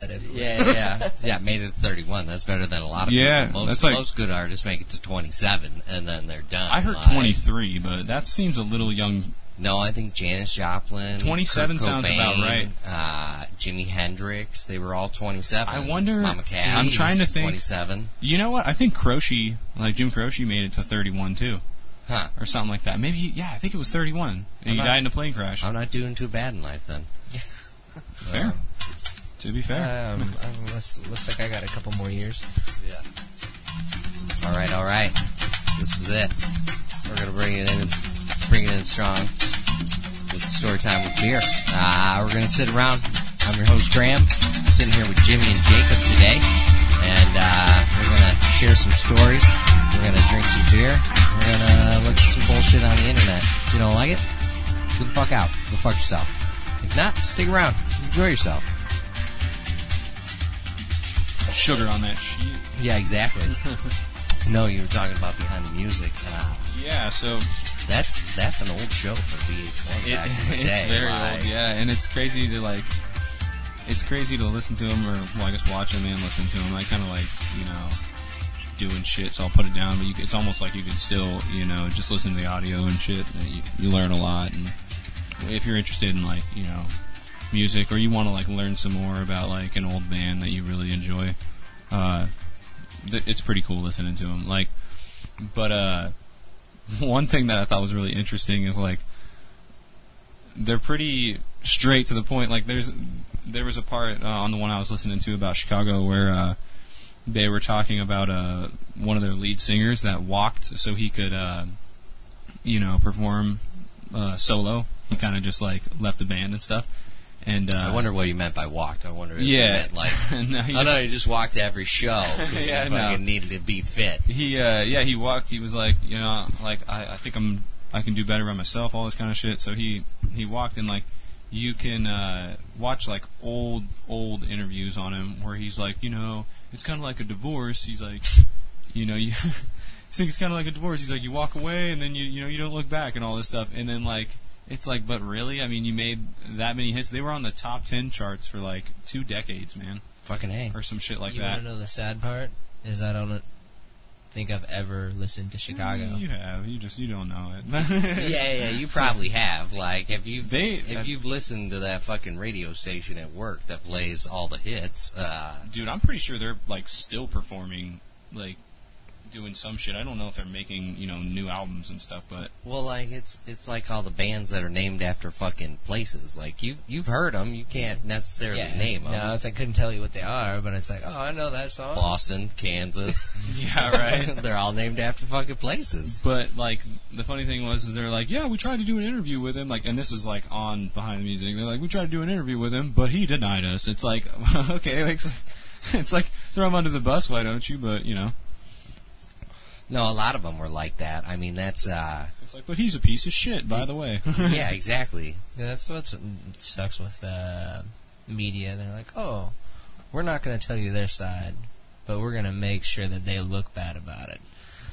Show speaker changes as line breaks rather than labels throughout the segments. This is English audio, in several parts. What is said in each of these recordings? everywhere.
Yeah, yeah, yeah. Made it to 31. That's better than a lot of
Yeah,
people. Most,
that's like-
most good artists make it to 27 and then they're done.
I heard
Like,
23, but that seems a little young.
No, I think Janis Joplin,
27
Kurt
sounds about
Cobain, Uh, Jimi Hendrix. They were all 27.
I wonder-
Mama Cass.
I'm trying to think.
27.
You know what? I think Croce, like Jim Croce, made it to 31 too,
Huh.
or something like that. Maybe, yeah, I think it was 31. And he
not-
died in a plane crash.
I'm not doing too bad in life then.
fair. to be fair.
Um, um, looks, looks like I got a couple more years.
All right, all right. This is it. We're gonna bring it in, bring it in strong with story time with beer. Uh, we're gonna sit around. I'm your host Graham. sitting here with Jimmy and Jacob today, and uh, we're gonna share some stories. We're gonna drink some beer. We're gonna look at some bullshit on the internet. If you don't like it, go the fuck out. Go fuck yourself. If not, stick around. Enjoy yourself.
Sugar on that shit.
Yeah, exactly. no, you were talking about behind the music. Uh,
Yeah, so
That's that's an old show for VH1
it,
back in the day.
it's very
like,
old, yeah, and it's crazy to like, it's crazy to listen to them or well, I guess watch them and listen to them. I kind of like you know doing shit, so I'll put it down. But you, it's almost like you can still you know just listen to the audio and shit. And you, you learn a lot, and if you're interested in like you know music or you want to like learn some more about like an old band that you really enjoy, uh, th- it's pretty cool listening to them. Like, but uh, one thing that I thought was really interesting is like they're pretty straight to the point. Like there's there was a part uh, on the one I was listening to about Chicago where uh, they were talking about uh, one of their lead singers that walked so he could uh, you know perform uh, solo. He kind of just like left the band and stuff. And uh,
I wonder what you meant by walked. I wonder if you
Yeah.
meant like.
No, he
I
just-
know you just walked to every show because
Yeah,
you
no.
fucking needed to be fit.
he uh yeah he walked he was like you know like i i think i'm i can do better by myself all this kind of shit so he he walked and like you can uh watch like old old interviews on him where he's like you know it's kind of like a divorce he's like you know you I think it's kind of like a divorce. He's like, you walk away and then you, you know, you don't look back and all this stuff. And then like, it's like, but really? I mean, you made that many hits. They were on the top 10 charts for like two decades, man,
Fucking hey.
or some shit like
you
that.
want to know the sad part? Is I don't think I've ever listened to Chicago.
You have. You just, you don't know it.
Yeah, yeah, you probably have. Like, if you
They-
if you've listened to that fucking radio station at work that plays all the hits, uh,
dude, I'm pretty sure they're like still performing, like doing some shit. I don't know if they're making you know new albums and stuff, but
well, like it's it's like all the bands that are named after fucking places. Like you you've heard them, you can't necessarily
Yeah.
name them.
No, it's, I couldn't tell you what they are, but it's like, oh, I know that song.
Boston, Kansas,
yeah, right.
they're all named after fucking places.
but like the funny thing was, is they're like, yeah, we tried to do an interview with him, like, and this is like on behind the music. They're like, we tried to do an interview with him, but he denied us. It's like, okay, like, it's like throw him under the bus, why don't you? But you know,
No, a lot of them were like that. I mean, that's uh
it's like, but he's a piece of shit, by the way.
yeah, exactly.
Yeah, that's what sucks with uh, media. They're like, oh, we're not going to tell you their side, but we're going to make sure that they look bad about it.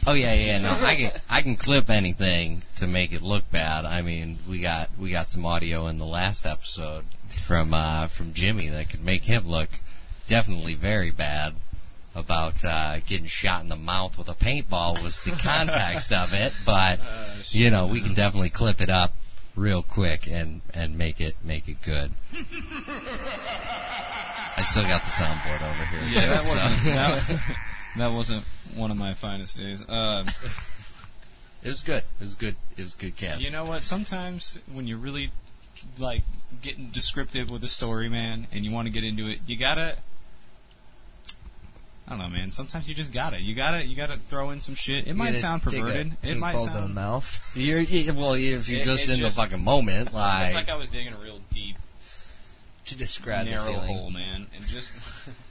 Oh yeah, yeah. No, I can I can clip anything to make it look bad. I mean, we got we got some audio in the last episode from uh from Jimmy that could make him look definitely very bad about uh getting shot in the mouth with a paintball was the context of it, but
Oh,
you know, we can definitely clip it up real quick and and make it make it good. I still got the soundboard over here.
Yeah,
too,
that
so.
wasn't that, that wasn't one of my finest days. Um,
It was good. It was good. It was good cast.
You know what? Sometimes when you're really like getting descriptive with a story, man, and you want to get into it, you gotta. I don't know, man. Sometimes you just gotta. You gotta. You gotta throw in some shit. It might sound perverted. It might
to the
sound.
mouth.
You're, you, well, if you're
It-
just
it
in
just-
the fucking moment,
It's
like,
like I was digging a real deep,
To describe the
narrow
feeling.
hole, man, and just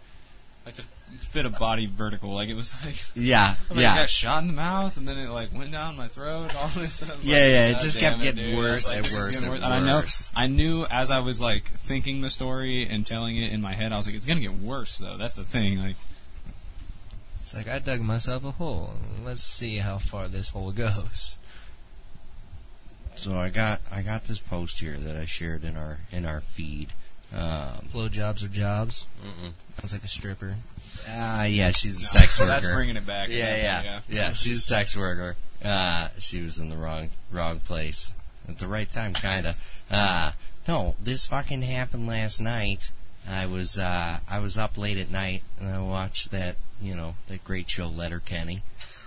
like to fit a body vertical. Like it was like.
yeah,
I mean, I
yeah,
got shot in the mouth, and then it like went down my throat, and all this. I was
Yeah,
like,
yeah, it
"God
just
damn
kept getting
dude." I was
worse
like,
and
"This is
worse
getting
and
And
worse.
I know, I knew as I was like thinking the story and telling it in my head, I was like, it's gonna get worse though. That's the thing. Like,
It's like, I dug myself a hole. Let's see how far this hole goes.
So I got I got this post here that I shared in our in our feed. Um,
Blowjobs are jobs.
mm-mm.
Sounds like a stripper.
Ah, yeah, she's a sex worker.
That's bringing it back.
yeah, yeah, yeah, She's a sex worker. Uh, she was in the wrong wrong place at the right time, kinda. Uh, no, this fucking happened last night. I was uh, I was up late at night and I watched that you know that great show Letterkenny.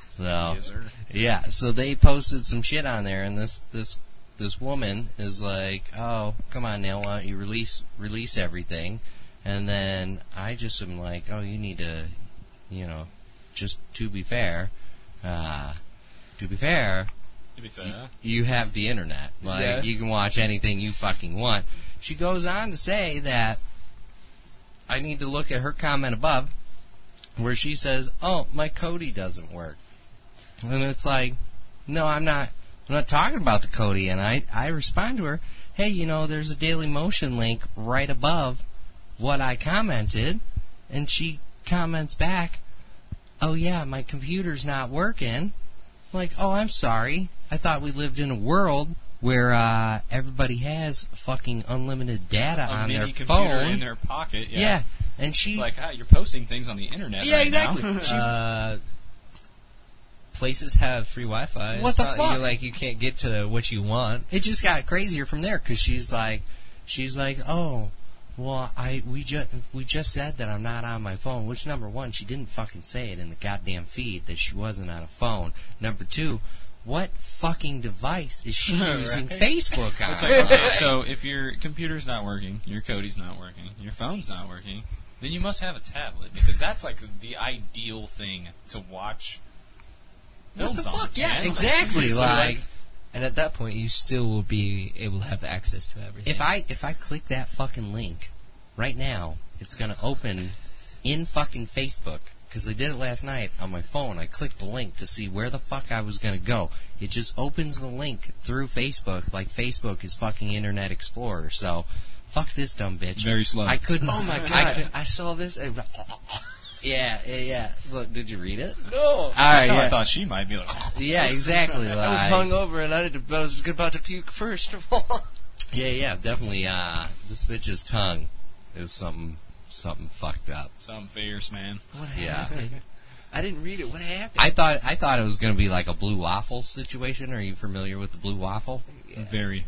So
Yes, sir.
yeah, so they posted some shit on there, and this this this woman is like, "Oh, come on now, why don't you release release everything?" And then I just am like, "Oh, you need to, you know, just to be fair, uh, to be fair,
To be fair.
you have the internet. Like
Yeah.
you can watch anything you fucking want. She goes on to say that I need to look at her comment above where she says, "Oh, my Cody doesn't work." And it's like, "No, I'm not I'm not talking about the Cody." And I I respond to her, "Hey, you know, there's a Daily Motion link right above what I commented." And she comments back, "Oh yeah, my computer's not working." like, oh, I'm sorry. I thought we lived in a world where uh, everybody has fucking unlimited data
A
on
mini
their
computer
phone.
in their pocket. Yeah.
yeah. and she,
It's like, ah, you're posting things on the internet.
yeah,
right
exactly.
Now.
She-
Uh, places have free Wi-Fi.
What
It's
the
not-
fuck?
You're like you can't get to what you want.
it just got crazier from there because she's like, she's like, oh, well, I we just we just said that I'm not on my phone. Which number one, she didn't fucking say it in the goddamn feed that she wasn't on a phone. Number two, what fucking device is she
Right.
using Facebook on?
It's like, okay, so if your computer's not working, your Cody's not working, your phone's not working, then you must have a tablet because that's like the ideal thing to watch
what
films
the
on.
fuck? Yeah,
Like,
exactly.
so,
like
And at that point, you still will be able to have access to everything.
If I if I click that fucking link right now, it's gonna open in fucking Facebook because I did it last night on my phone. I clicked the link to see where the fuck I was gonna go. It just opens the link through Facebook, like Facebook is fucking Internet Explorer. So, fuck this dumb bitch.
Very slow.
I couldn't.
oh my
I
god!
could,
I saw this. And
yeah, yeah, yeah. Look, did you read it?
no,
All right,
that's how I
yeah,
thought she might be like.
yeah, exactly. Like,
I was hungover and I, did, I was about to puke first of all.
yeah, yeah, definitely. Uh, this bitch's tongue is something, something fucked up.
Some fierce man.
What
Yeah.
happened? I didn't read it. What happened?
I thought I thought it was going to be like a blue waffle situation. Are you familiar with the blue waffle?
Very.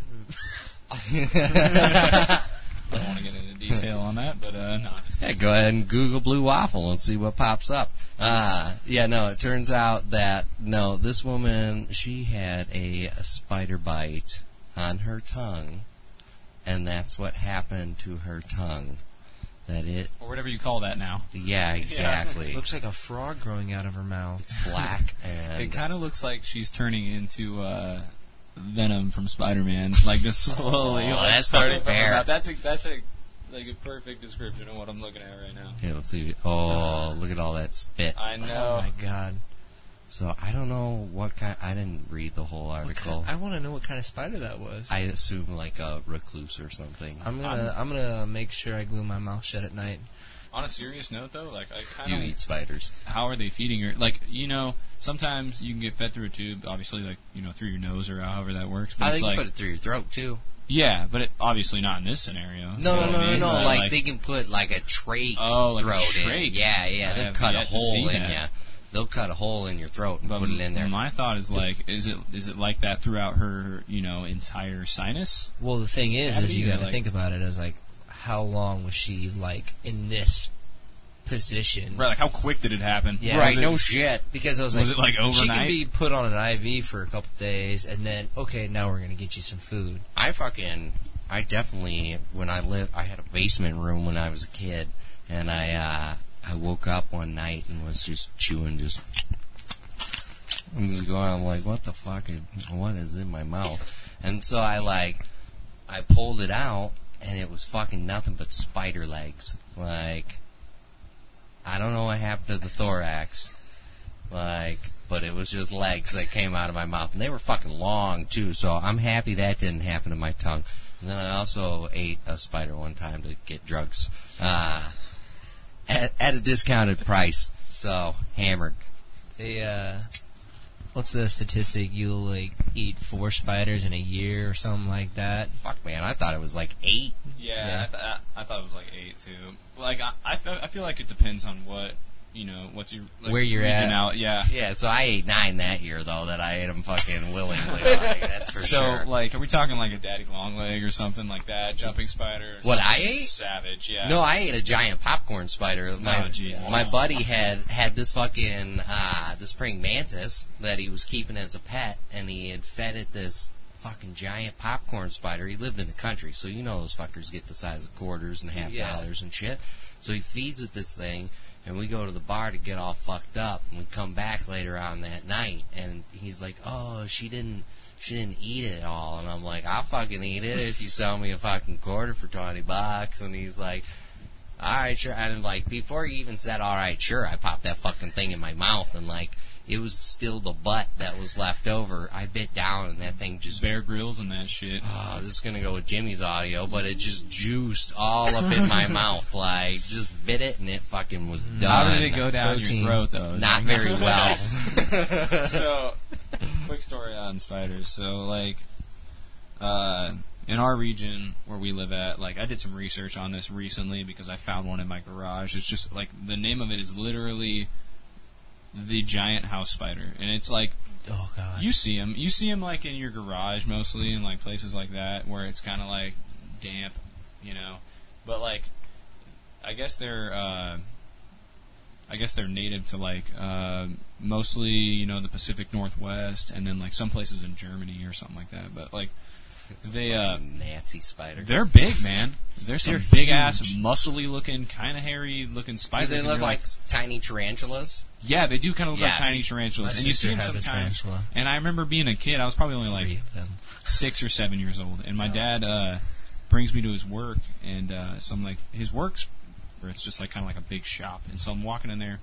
I don't want to get into detail on that, but uh, no.
Yeah, go ahead and Google blue waffle and see what pops up. Uh, yeah, no, it turns out that no, this woman she had a, spider bite on her tongue, and that's what happened to her tongue. That it,
Or whatever you call that now.
yeah, exactly.
Looks like a frog growing out of her mouth.
black
It
and
kind of looks like she's turning into uh, Venom from Spider-Man, like just slowly.
Oh,
like,
that's
starting
not
from
fair.
about- That's a that's a like a perfect description of what I'm looking at right now.
here, let's see. Oh, look at all that spit.
I
Oh
know.
my god!
So I don't know what kind. I didn't read the whole article.
I want to know what kind of spider that was.
I assume like a recluse or something.
I'm gonna I'm gonna make sure I glue my mouth shut at night.
On a serious note, though, like I
you
kind
eat spiders.
of how are they feeding her? Like you know, sometimes you can get fed through a tube, obviously, like you know through your nose or however that works. But
I
it's
think
like
you put it through your throat too.
yeah, but it, obviously not in this scenario.
No,
You know
no,
what
no,
I
no,
mean?
no.
But,
Like, they can put like a trach
Oh, like a
throat
trach.
in. Yeah, yeah.
I
They'll
have
cut a
yet to see
hole in
that.
ya. They'll cut a hole in your throat and
But
put it in there.
My thought is like, is it is it like that throughout her, you know, entire sinus?
Well, the thing is,
How
is
do
you
you,
got to
like-
think about it as like, how long was she like in this position?
Right, like how quick did it happen?
Yeah.
right?
Was it-
No shit.
Because I was,
Was
like,
it, like,
She can
overnight?
be put on an IV for a couple days, and then okay, now we're gonna get you some food.
I fucking, I definitely, when I lived, I had a basement room when I was a kid, and I, uh, I woke up one night and was just chewing, just, I'm just going, I'm like, what the fuck, is- what is in my mouth? And so I like, I pulled it out, and it was fucking nothing but spider legs. Like, I don't know what happened to the thorax. Like, but it was just legs that came out of my mouth. And they were fucking long, too, so I'm happy that didn't happen to my tongue. And then I also ate a spider one time to get drugs. Uh, at, at a discounted price. So, hammered.
They uh, what's the statistic? You'll like eat four spiders in a year or something like that.
Fuck, man, I thought it was like eight.
Yeah,
Yeah.
I, th- I, I thought it was like eight too. Like I, I, feel, I feel like it depends on what you know, what you like,
Where you're
region
at.
Out. Yeah.
Yeah, so I ate nine that year though. That I ate them fucking willingly. like, that's for
So
sure.
like, are we talking like a daddy long leg or something like that? Jumping spider? Or
What I
something
ate?
Savage. Yeah.
No, I ate a giant popcorn spider. My,
Oh, Jesus.
my buddy had had this fucking uh, this praying mantis that he was keeping as a pet, and he had fed it this fucking giant popcorn spider. He lived in the country, so you know those fuckers get the size of quarters and half
Yeah.
dollars and shit. So he feeds it this thing, and we go to the bar to get all fucked up, and we come back later on that night, and he's like, "Oh, she didn't." She didn't eat it all, and I'm like, I'll fucking eat it if you sell me a fucking quarter for twenty bucks. And he's like, all right, sure. And like before he even said, all right, sure, I popped that fucking thing in my mouth, and like it was still the butt that was left over. I bit down, and that thing just.
Bear grills and that shit.
Oh, this is gonna go with Jimmy's audio, but it just juiced all up in my mouth. Like just bit it, and it fucking was done.
How did it go down
Protein.
your throat though?
Not very well.
so, quick story on spiders. So, like, uh, in our region where we live at, like, I did some research on this recently because I found one in my garage. It's just like the name of it is literally the giant house spider, and it's like
Oh god.
you see them. You see them like in your garage mostly, in like places like that where it's kind of like damp, you know. But like, I guess they're, uh, I guess they're native to like uh, mostly you know the Pacific Northwest and then like some places in Germany or something like that. But like, they uh,
Nancy spider.
they're big, man. They're some
They're
big ass,
huge.
muscly looking, kind of hairy looking
Do
spiders.
they
and
look
you're
like tiny tarantulas?
yeah, they do kind of look
Yes.
like tiny tarantulas,
My
and you see
sister
them
has a
sometimes.
tarantula.
And I remember being a kid; I was probably only like
Three of them.
six or seven years old, and my dad uh, brings me to his work, and uh, so I'm like, his works, where it's just like kind of like a big shop, and so I'm walking in there,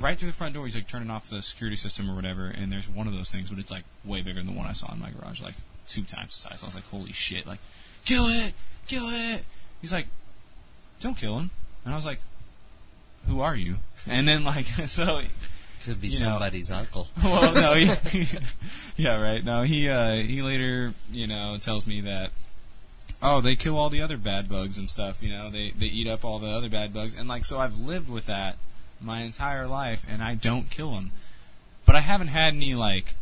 right through the front door, he's like turning off the security system or whatever, and there's one of those things, but it's like way bigger than the one I saw in my garage, like two times the size. I was like, holy shit, like, kill it, kill it. He's like, don't kill him, and I was like, who are you? And then like so
Could be
You know.
somebody's uncle.
well, no, he, yeah, right. No, he uh, he later, you know, tells me that oh, they kill all the other bad bugs and stuff. You know, they they eat up all the other bad bugs, and like so, I've lived with that my entire life, and I don't kill them, but I haven't had any like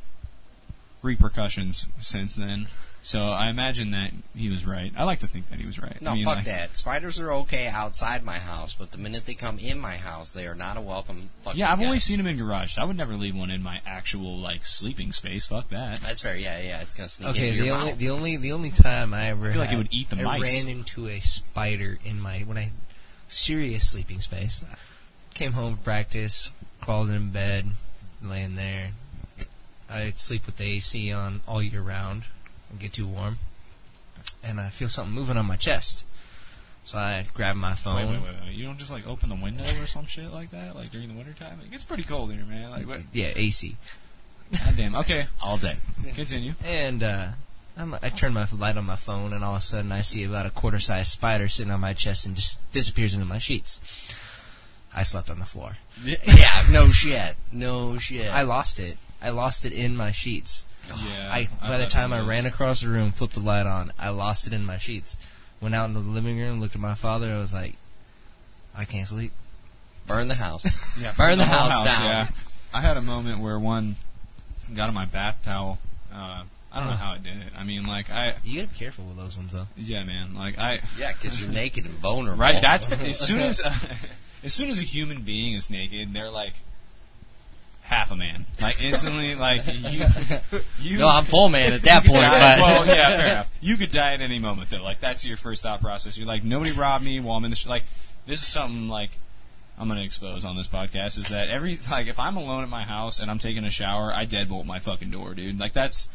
repercussions since then. So I imagine that he was right. I like to think that he was right.
No,
I mean,
fuck
like,
that. Spiders are okay outside my house, but the minute they come in my house, they are not a welcome fucking
Yeah, I've only
guest.
seen him in garage. I would never leave one in my actual like sleeping space. Fuck that.
That's fair. Yeah, yeah. It's gonna sneak
Okay,
into
the
your
only
mouth.
the only the only time I ever
feel like it
had-
would eat the
I
mice.
ran into a spider in my when I serious sleeping space. Came home from practice, crawled in bed, laying there. I'd sleep with the AC on all year round and get too warm. And I feel something moving on my chest. So I grabbed my phone.
Wait, wait, wait, wait. You don't just like open the window or some shit like that, like during the wintertime? It gets pretty cold here, man. Like, what?
Yeah, AC.
God damn. Okay,
all day.
continue.
And uh, I'm, I turn my light on my phone, and all of a sudden I see about a quarter-sized spider sitting on my chest and just disappears into my sheets. I slept on the floor.
yeah, no shit, no shit.
I lost it. I lost it in my sheets.
Yeah.
I by the time I ran across the room, flipped the light on, I lost it in my sheets. Went out into the living room, looked at my father. I was like, I can't sleep.
burn the house.
yeah,
burn the
whole
house down.
Yeah. I had a moment where one got on my bath towel. Uh, I don't know how it did it. I mean, like I,
You gotta be careful with those ones, though.
yeah, man. Like I,
Yeah, because you're naked and vulnerable.
right. That's as soon as as soon as a human being is naked, they're like half a man. Like instantly, like you, you
no, I'm full man at that
You
point.
could die-
but
well, yeah, fair enough. You could die at any moment, though. Like that's your first thought process. You're like, nobody robbed me while I'm in the sh-. like. This is something like I'm gonna expose on this podcast is that every like if I'm alone at my house and I'm taking a shower, I deadbolt my fucking door, dude. Like that's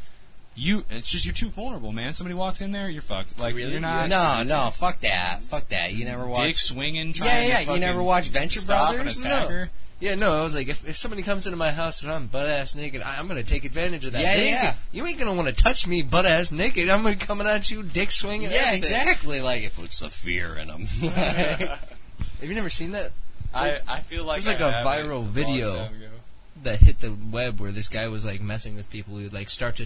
you. It's just you're too vulnerable, man. Somebody walks in there, you're fucked. Like you're not
no, no, fuck that, fuck that. You never
dick
watch.
swinging. Trying
Yeah,
to
yeah. You
fucking
never watch Venture
stop an
Brothers.
attacker.
Yeah, no, I was like, if, if somebody comes into my house and I'm butt ass naked, I, I'm gonna take advantage of that.
Yeah,
They ain't
yeah.
gonna- You ain't gonna want to touch me butt ass naked. I'm gonna coming at you, dick swinging.
Yeah,
everything.
exactly. Like it puts the fear in them.
Have you never seen that?
I I feel like
There's like
I
a
have it
viral
long
video.
time ago.
that hit the web where this guy was like messing with people who would like start to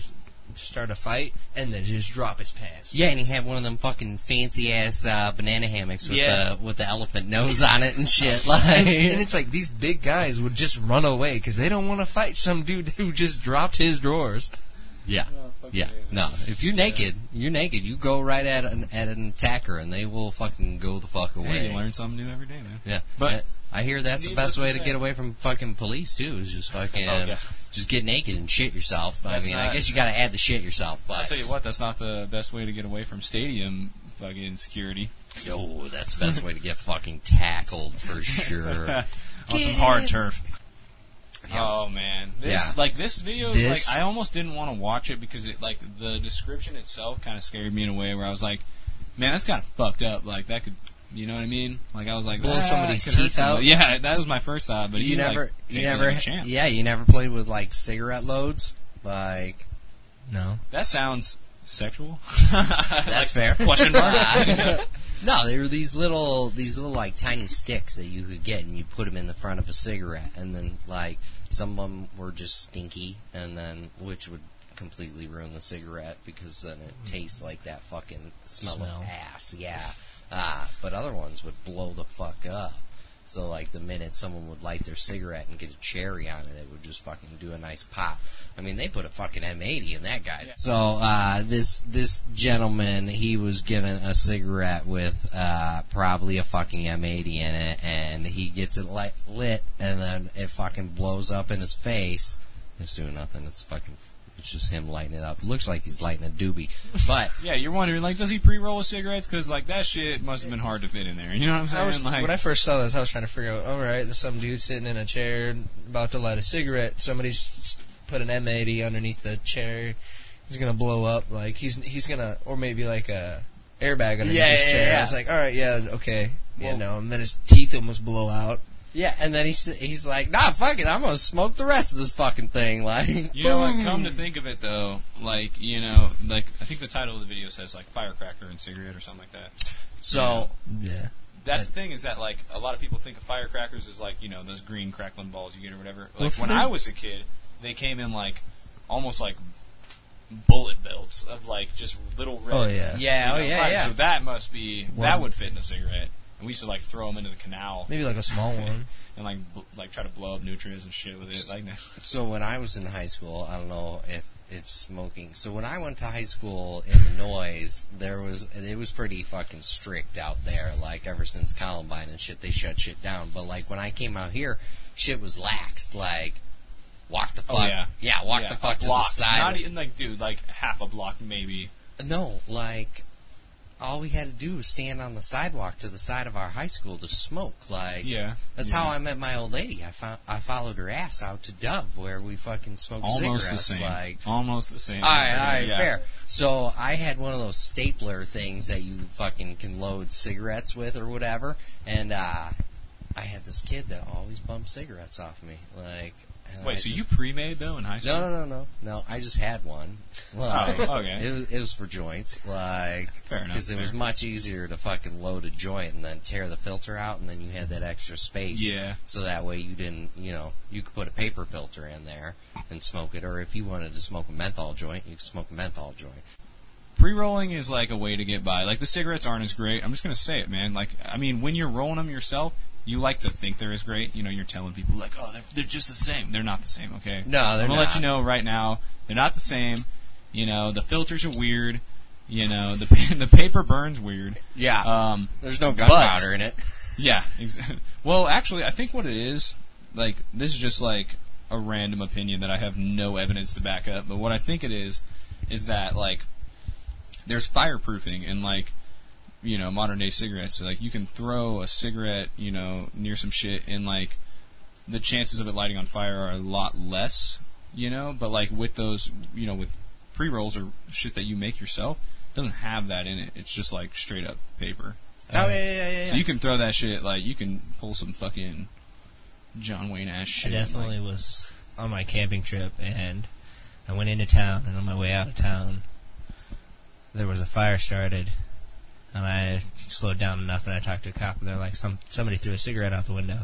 start a fight and then just drop his pants.
Yeah, and he had one of them fucking fancy ass uh, banana hammocks with
Yeah.
the with the elephant nose on it and shit. Like,
And it's like these big guys would just run away because they don't want to fight some dude who just dropped his drawers.
yeah, yeah, no. If you're naked, you're naked. You go right at an at an attacker, and they will fucking go the fuck
Hey,
away.
you learn something new every day, man.
yeah,
But-
I, I hear that's the best
Needless
way
to
to
say-
get away from fucking police too. Is just fucking
Oh, yeah.
just get naked and shit yourself.
That's
I mean, I
not-
guess you got to add the shit yourself,
I
but
tell you what, that's not the best way to get away from stadium fucking security.
yo, that's the best way to get fucking tackled for sure.
on some hard turf. Oh man, this
Yeah.
like this video,
This-
like I almost didn't want to watch it because it like the description itself kind of scared me in a way where I was like, man, that's kind of fucked up. Like that could, you know what I mean? Like I was like,
Blow
ah,
somebody's
it could hurt
teeth out?
somebody. Yeah, that was my first thought, but he,
you never,
like,
you
takes it
never,
like a champ.
yeah, you never played with like cigarette loads, like.
No.
That sounds sexual.
That's fair.
Question mark.
no, they were these little, these little like tiny sticks that you could get, and you put them in the front of a cigarette, and then like some of them were just stinky, and then which would completely ruin the cigarette because then
Mm.
it tastes like that fucking smell,
Smell.
of ass. Yeah, uh, but other ones would blow the fuck up. So like the minute someone would light their cigarette and get a cherry on it, it would just fucking do a nice pop. I mean, they put a fucking M80 in that guy. So uh, this this gentleman, he was given a cigarette with uh, probably a fucking M80 in it, and he gets it lit, lit, and then it fucking blows up in his face. It's doing nothing. It's fucking. It's just him lighting it up. Looks like he's lighting a doobie, but
yeah, you're wondering like, does he pre-roll his cigarettes? Because like that shit must have been hard to fit in there. You know what I'm saying?
I was,
like,
when I first saw this, I was trying to figure out. All right, there's some dude sitting in a chair about to light a cigarette. Somebody's s- put an M80 underneath the chair. He's gonna blow up. Like he's he's gonna, or maybe like a airbag underneath
Yeah,
his
yeah,
chair.
yeah.
I was like, all right, yeah, okay,
Well-
you know. And then his teeth almost blow out.
yeah. And then he's he's like, Nah, fuck it. I'm gonna smoke the rest of this fucking thing. Like,
You know what?
boom.
Come to think of it, though, like you know, like I think the title of the video says like firecracker and cigarette or something like that.
So
Yeah.
That's the thing is that like a lot of people think of firecrackers as like you know those green crackling balls you get or whatever. Like
Well, for
when
them-
I was a kid, they came in like almost like bullet belts of like just little red.
Oh yeah.
yeah, oh
you know,
yeah,
fire-
yeah.
So that must be
Well-
that would fit in a cigarette. And we used to like throw them into the canal
Maybe like a small one.
and like bl- like try to blow up nutrients and shit with it. Like
So when I was in high school, I don't know if if smoking. So when I went to high school in Illinois, there was it was pretty fucking strict out there. Like ever since Columbine and shit, they shut shit down. But like when I came out here, shit was laxed. Like walk the fuck,
Oh, yeah.
walk
yeah,
the
a
fuck to the
block.
side.
Not e-, even like dude, like half a block maybe.
No, like all we had to do was stand on the sidewalk to the side of our high school to smoke. Like
Yeah.
That's
yeah.
how I met my old lady. I fo- I followed her ass out to Dove where we fucking smoked
almost the
cigarettes.
same.
Like,
almost the same.
all right, all right,
Yeah.
fair. So I had one of those stapler things that you fucking can load cigarettes with or whatever, and uh, I had this kid that always bumped cigarettes off me. Like, and I
Wait, so
just-
you pre-made though in high school?
No, no, no, no, no. I just had one. Like,
Oh, okay.
It was, it was for joints, like
Fair enough,
because it was
fair.
much easier to fucking load a joint and then tear the filter out, and then you had that extra space.
Yeah.
So that way you didn't, you know, you could put a paper filter in there and smoke it, or if you wanted to smoke a menthol joint, you could smoke a menthol joint.
Pre-rolling is like a way to get by. Like the cigarettes aren't as great. I'm just gonna say it, man. Like I mean, when you're rolling them yourself, you like to think they're as great. You know, you're telling people like, oh, they're, they're just the same. They're not the same. Okay.
No, they're
I'm gonna
not.
let you know right now, they're not the same. You know, the filters are weird. You know, the pa- the paper burns weird.
Yeah.
Um.
There's no gunpowder in it.
Yeah. Ex- well, actually, I think what it is, like, this is just like a random opinion that I have no evidence to back up, but what I think it is, is that, like, there's fireproofing and, like, you know, modern day cigarettes. So, like, you can throw a cigarette, you know, near some shit and, like, the chances of it lighting on fire are a lot less, you know, but, like, with those, you know, with pre rolls or shit that you make yourself, it doesn't have that in it. It's just, like, straight up paper.
Oh yeah, yeah, yeah.
So you can throw that shit like you can pull some fucking John Wayne ass
I
shit.
definitely
like-
was on my camping trip, and I went into town, and on my way out of town, there was a fire started, and I slowed down enough, and I talked to a cop, and they're like, "Some somebody threw a cigarette out the window,"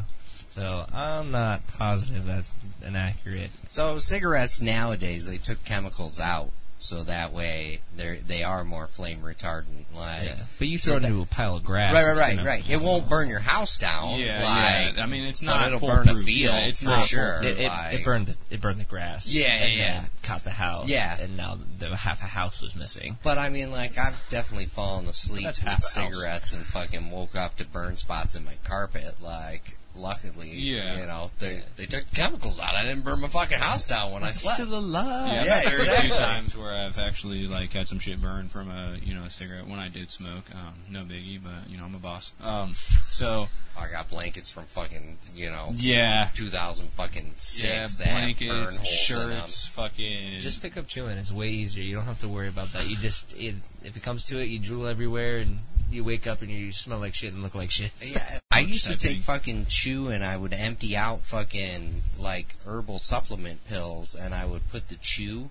So I'm not positive that's inaccurate.
So cigarettes nowadays they took chemicals out, so that way they they are more flame retardant. Like
Yeah. But you
so
throw it
that-
into a pile of grass.
right, right,
it's
right,
gonna-
right. It won't burn your house down.
Yeah,
like,
yeah. I mean, it's
but
not
it'll burn the
foolproof.
field
Yeah, it's
for
not
sure.
It, it,
like-
it burned the it burned the grass.
Yeah,
and
yeah,
then Caught the house.
Yeah.
and now the half a house was missing.
But I mean, like I've definitely fallen asleep
That's half
with
a house.
cigarettes and fucking woke up to burn spots in my carpet. Like, luckily,
Yeah.
you know, they they took the chemicals out. I didn't burn my fucking house down when I slept.
Still alive.
Yeah,
Yeah, there are a
exactly.
few times where I've actually like had some shit burned from a you know a cigarette when I did smoke. Um, no biggie, but you know I'm a boss. Um, so
I got blankets from fucking you know
yeah,
two thousand fucking
yeah,
six that have burn holes in
blankets,
'em.
shirts, fucking
Just pick up chewing. It's way easier. You don't have to worry about that. You just it, if it comes to it, you drool everywhere, and you wake up and you smell like shit and look like shit.
Yeah, I used to
Ouch, I
take
think.
fucking chew and I would empty out fucking like herbal supplement pills and I would put the chew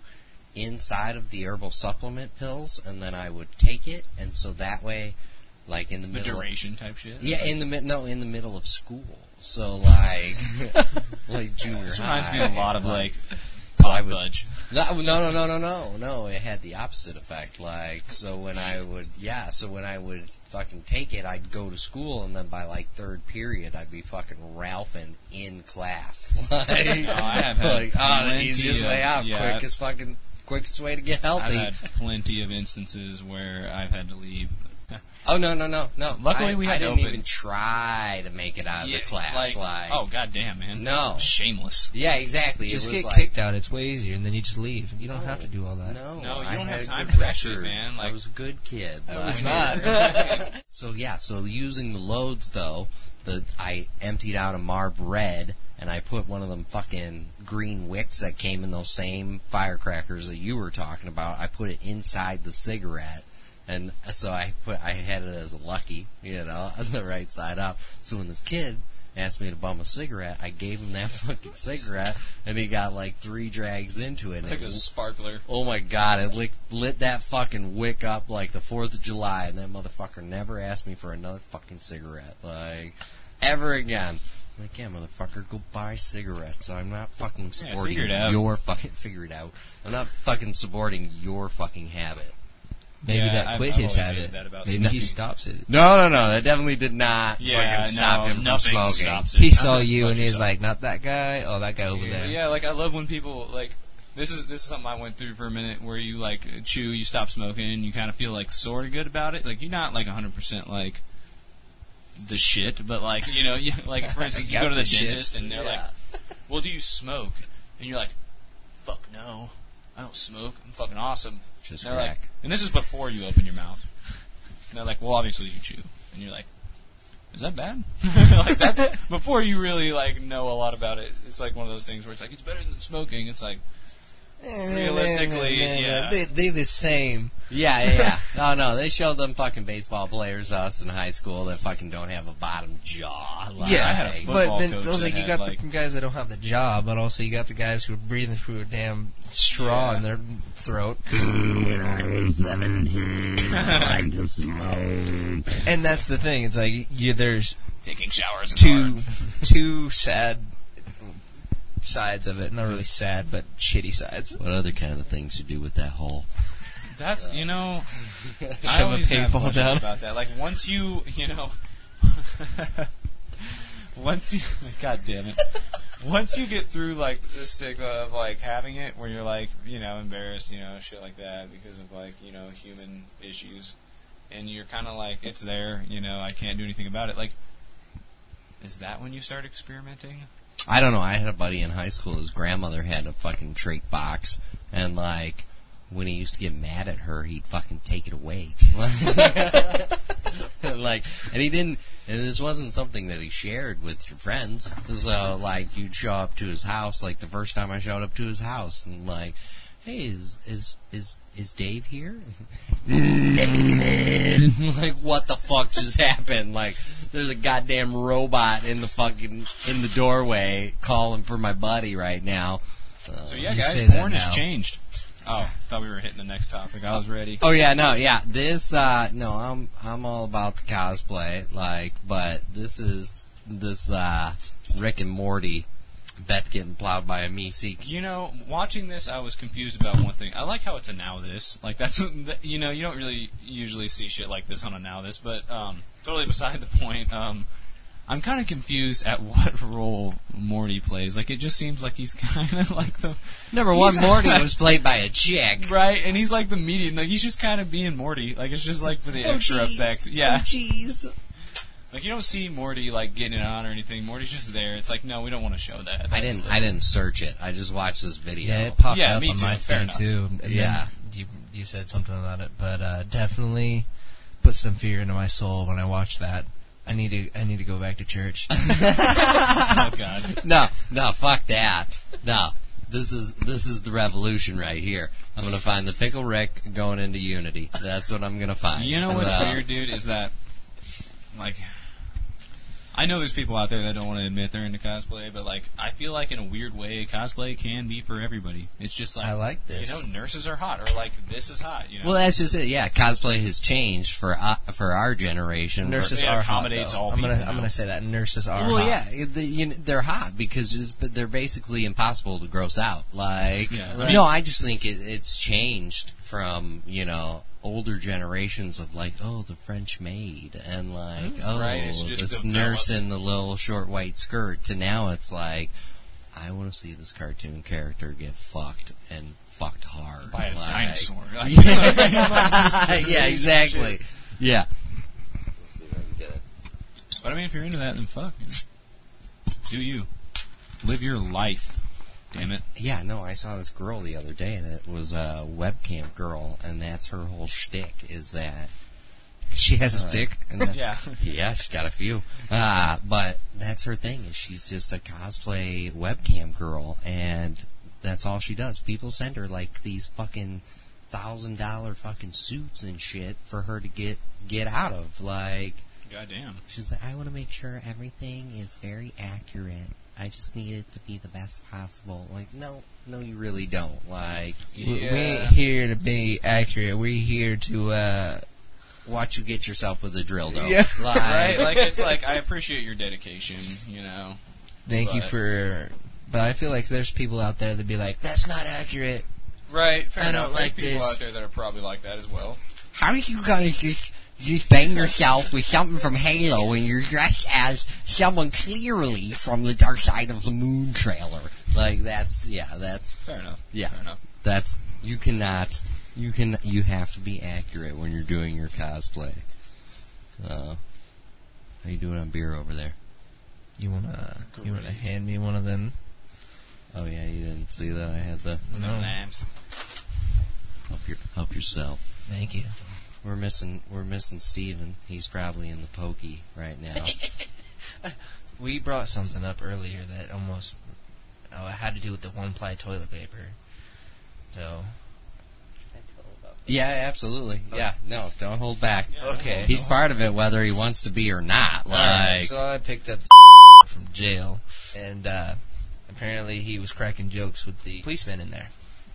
inside of the herbal supplement pills and then I would take it and so that way like in the
the
middle
duration type shit.
Yeah, in the mid no, in the middle of school. So like like junior
This
high.
reminds me a lot of like
so I
pot
would-
budge.
No, no, no, no, no, no, no. It had the opposite effect. Like, so when I would, yeah, so when I would fucking take it, I'd go to school, and then by like third period, I'd be fucking ralphing in class. Like,
Oh, have had
like, oh, the
plenty
easiest way
of-
out,
yeah, I've-
quickest fucking, quickest way to get
I've
healthy.
had plenty of instances where I've had to leave.
oh no, no, no, no.
Luckily,
I,
we
I
had to
didn't
open.
even try to make it out of
Yeah,
the class. Like,
oh goddamn, man,
No.
shameless.
yeah, exactly.
Just
it was
get
like,
kicked out. It's way easier, and then you just leave. You don't have to do all that.
No,
No, you
I
don't have
had
time
good
for that shit,
record.
man.
I
Like-
was a good kid.
I
but
was
I-
not.
So yeah, so using the loads though, the I emptied out a Marb Red and I put one of them fucking green wicks that came in those same firecrackers that you were talking about. I put it inside the cigarette. And so I put, I had it as a lucky, you know, on the right side up. So when this kid asked me to bum a cigarette, I gave him that fucking cigarette and he got like three drags into it. and
Like
it
a sparkler.
Oh my god, it lit, lit that fucking wick up like the 4th of July, and that motherfucker never asked me for another fucking cigarette. Like, ever again. I'm like, yeah, motherfucker, go buy cigarettes. I'm not fucking supporting
figure it out.
your fucking, figure it out. I'm not fucking supporting your fucking habit.
Maybe
Yeah,
that
I've-
quit
I've
his
always hated
habit.
that about
Maybe he
smoking.
stops it.
No, no, no, that definitely did not
Yeah,
fucking stop
no,
him from
nothing
smoking.
stops it.
He saw
Nothing
you,
but
and he's
yourself.
like, "Not that guy. Oh, that guy over there."
Yeah, like I love when people like this is this is something I went through for a minute where you like chew, you stop smoking, you kind of feel like sort of good about it. Like you're not like 100 percent like the shit, but like you know, you, like for instance, you
Got
go to the,
the shits.
dentist and they're
Yeah.
like, "Well, do you smoke?" And you're like, "Fuck no, I don't smoke. I'm fucking awesome."
Just
And they're like-
crack.
and this is before you open your mouth. And they're like, "Well, obviously you chew," and you're like. Is that bad? like that's before you really like know a lot about it. It's like one of those things where it's like it's better than smoking. It's like Realistically, yeah.
they they the same.
Yeah, yeah, yeah. No, no, they showed them fucking baseball players to us in high school that fucking don't have a bottom jaw. Like,
Yeah,
I had a football
but then
coach
those
that
like you
had,
got
like-
the guys that don't have the job, but also you got the guys who are breathing through a damn straw
Yeah.
in their throat,
when I was 17, I like to smoke.
and that's the thing. It's like you, there's
taking showers. in the
two
dark.
two sad sides of it. Not really sad, but shitty sides.
What other kind of things to do with that hole?
That's you know. I
Shove a
always have
paintball
questions
down.
about that. Like once you you know. once you, god damn it. Once you get through like the stigma of like having it, where you're like you know embarrassed, you know shit like that because of like you know human issues, and you're kind of like it's there, you know I can't do anything about it. Like, is that when you start experimenting?
I don't know. I had a buddy in high school. His grandmother had a fucking trait box, and like when he used to get mad at her, he'd fucking take it away. And, like, and he didn't. And this wasn't something that he shared with your friends. So like, you'd show up to his house. Like the first time I showed up to his house, and like, hey, is is is is Dave here? like what the fuck just happened? Like there's a goddamn robot in the fucking in the doorway calling for my buddy right now. Uh,
So yeah,
You
guys,
say that
porn has
now.
changed. Oh, thought we were hitting the next topic. I was ready.
Oh yeah, no, yeah. This uh no, I'm I'm all about the cosplay, like, but this is this uh, Rick and Morty. Beth getting plowed by a Meeseek.
You know, watching this, I was confused about one thing. I like how it's a now this. Like that's you know you don't really usually see shit like this on a now this, but um, totally beside the point. Um, I'm kind of confused at what role Morty plays. Like it just seems like he's kind of like the
Number one,
He's-
Morty was played by a chick.
right, and he's like the median. Like he's just kind of being Morty. Like it's just like for the extra effect. Yeah.
Jeez.
Like you don't see Morty like getting it on or anything. Morty's just there. It's like no, we don't want to show that.
I didn't. I didn't search it. I just watched this video.
Yeah, it popped
Yeah,
up
me
on
too,
my
fair
phone
enough.
too. And then
Yeah.
you you said something about it, but uh, definitely put some fear into my soul when I watched that. I need to I need to go back to church.
oh god.
no, no, fuck that. No, this is this is the revolution right here. I'm gonna find the pickle Rick going into Unity. That's what I'm gonna find.
You know what's
Uh,
weird, dude, is that like I know there's people out there that don't want to admit they're into cosplay, but like I feel like in a weird way, cosplay can be for everybody. It's just like
I like this.
You know, nurses are hot, or like this is hot. You know,
Well, that's just it. Yeah, cosplay has changed for uh, for our generation.
Nurses
It
are
accommodates
hot, though.
all
I'm gonna
people
I'm
now.
gonna say that nurses are.
Well,
hot.
yeah, it- the, you know, they're hot because it's, but they're basically impossible to gross out. Like,
Yeah, I
like-
mean-
no, I just think it, it's changed from you know older generations of like, oh, the French maid, and like, oh,
Mm. Right, it's just
this
developed.
nurse in the little short white skirt, to now it's like, I want to see this cartoon character get fucked and fucked hard
by a
like-
dinosaur. Like,
yeah, exactly. Yeah.
But I mean, if you're into that, then fuck. You know. Do you live your life? Damn it!
Yeah, no, I saw this girl the other day that was a webcam girl, and that's her whole shtick is that
she has a stick.
And that-
Yeah.
yeah, she's got a few. Uh, but that's her thing is she's just a cosplay webcam girl, and that's all she does. People send her like these fucking thousand dollar fucking suits and shit for her to get get out of. Like
Goddamn.
she's like, I want to make sure everything is very accurate. I just need it to be the best possible. Like, no, no, you really don't. Like,
We-
Yeah.
We ain't here to be accurate. We're here to uh,
watch you get yourself with a drill, though.
Yeah.
Like,
Right? Like it's like I appreciate your dedication. You know.
thank you
But-
for. But I feel like there's people out there that be like, "That's not accurate."
Right. Fair
I
enough.
don't
There's
like
people
this.
out there that are probably like that as well.
how are you gonna just just bang yourself with something from Halo when you're dressed as someone clearly from the Dark Side of the Moon trailer? Like, that's yeah, that's
Fair enough.
Yeah.
Fair enough.
that's you cannot you can you have to be accurate when you're doing your cosplay. Uh, how you doing on beer over there?
You wanna you wanna hand me one of them?
Oh yeah, you didn't see that I had the
No,
Lambs.
help your help yourself.
thank you.
We're missing we're missing Steven. He's probably in the pokey right now.
We brought something up earlier that almost oh, it had to do with the one ply toilet paper. So
yeah, absolutely. Yeah, no, don't hold back.
okay,
He's part of it whether he wants to be or not. Like
Alright, so I picked up from jail, and uh, apparently he was cracking jokes with the policeman in there,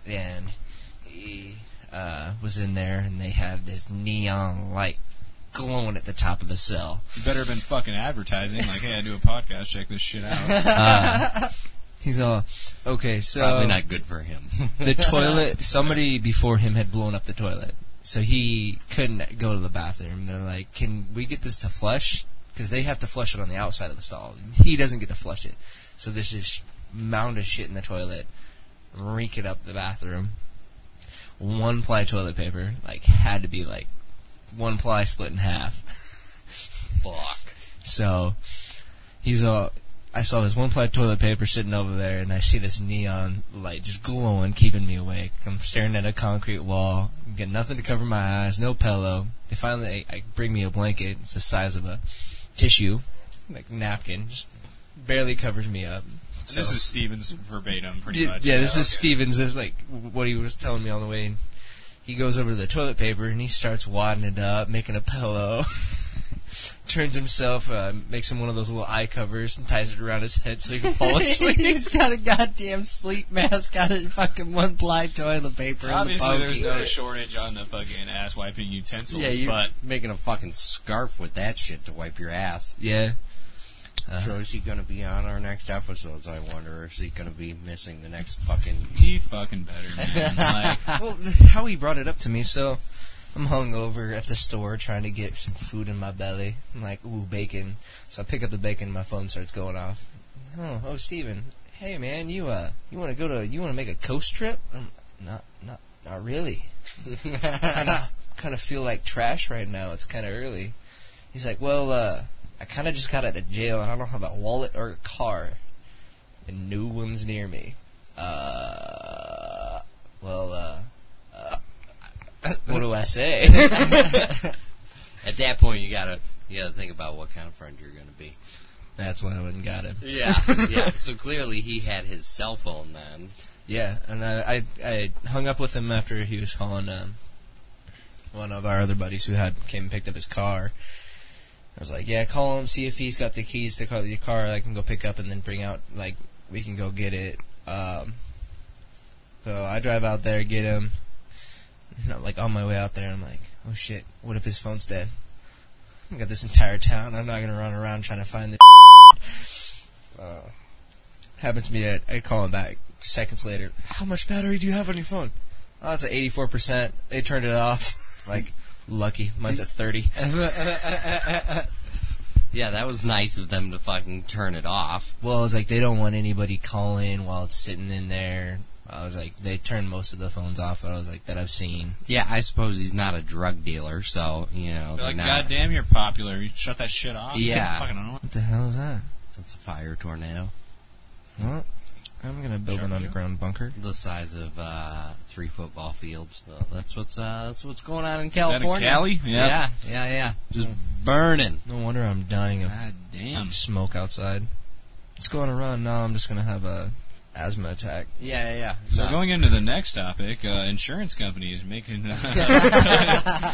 and he uh, was in there, and they had this neon light glowing at the top of the cell.
You better have been fucking advertising. Like, hey, I do a podcast. Check this shit out.
He's all okay. So
probably not good for him.
the toilet somebody before him had blown up the toilet so he couldn't go to the bathroom they're like can we get this to flush because they have to flush it on the outside of the stall he doesn't get to flush it so there's this mound of shit in the toilet reeking up the bathroom one ply toilet paper like had to be like one ply split in half
Fuck.
so he's all I saw this one ply toilet paper sitting over there, and I see this neon light just glowing, keeping me awake. I'm staring at a concrete wall, got nothing to cover my eyes, no pillow. They finally I, I bring me a blanket. It's the size of a tissue, like napkin, just barely covers me up.
this is Steven's verbatim, pretty
Yeah,
much.
yeah, this is
okay.
Stevens. This is like what he was telling me on the way. And he goes over to the toilet paper and he starts wadding it up, making a pillow. Turns himself, uh, makes him one of those little eye covers and ties it around his head so he can fall asleep.
He's got a goddamn sleep mask on it, fucking one ply toilet paper. in the
Obviously, there's
pokey.
no shortage on the fucking ass wiping utensils,
Yeah, you're
but
making a fucking scarf with that shit to wipe your ass.
yeah.
Uh-huh.
So is he going to be on our next episodes? I wonder. Or is he going to be missing the next fucking?
He fucking better, man. Like,
Well, th- how he brought it up to me, so I'm hungover at the store trying to get some food in my belly. I'm like, ooh, bacon. So I pick up the bacon, and my phone starts going off. Oh, oh, Steven. Hey, man, you uh, you want to go to? You want to make a coast trip? I'm, not, not, not really. kind of, kind of feel like trash right now. It's kind of early. He's like, well, uh, I kind of just got out of jail, and I don't have a wallet or a car, and no one's near me. Uh, well, uh, what do I say?
At that point, you gotta you gotta think about what kind of friend you're going to be.
That's why I went and got him.
Yeah, yeah. So clearly, he had his cell phone then.
Yeah, and I, I I hung up with him after he was calling um, one of our other buddies who had came and picked up his car. I was like, yeah, call him, see if he's got the keys to car, your car. I can go pick up and then bring out. Like we can go get it. Um, so I drive out there, get him. And I'm like on my way out there, I'm like, oh shit, what if his phone's dead? I got this entire town. I'm not gonna run around trying to find this. Uh, happens to me that I call him back seconds later. How much battery do you have on your phone? Oh, it's at 84%. They turned it off. like, lucky. Mine's at 30.
Yeah, that was nice of them to fucking turn it off.
Well, it's like, they don't want anybody calling while it's sitting in there. I was like, they turned most of the phones off. I was like, that I've seen.
Yeah, I suppose he's not a drug dealer, so you know.
they're like,
not-
God damn, you're popular. You shut that shit off. It's
Yeah.
fucking annoying.
What the hell is that?
It's a fire tornado
Well, I'm gonna build
Sure.
an underground bunker.
the size of uh, three football fields. So that's what's uh, that's what's going on in
that in
California.
Cali? Yeah.
Yeah, yeah, yeah. Just burning.
No wonder I'm dying of
God damn.
smoke outside. Let's go on a run. No, I'm just gonna have a asthma attack.
Yeah, yeah, yeah.
So
No.
going into the next topic, uh, insurance companies making uh,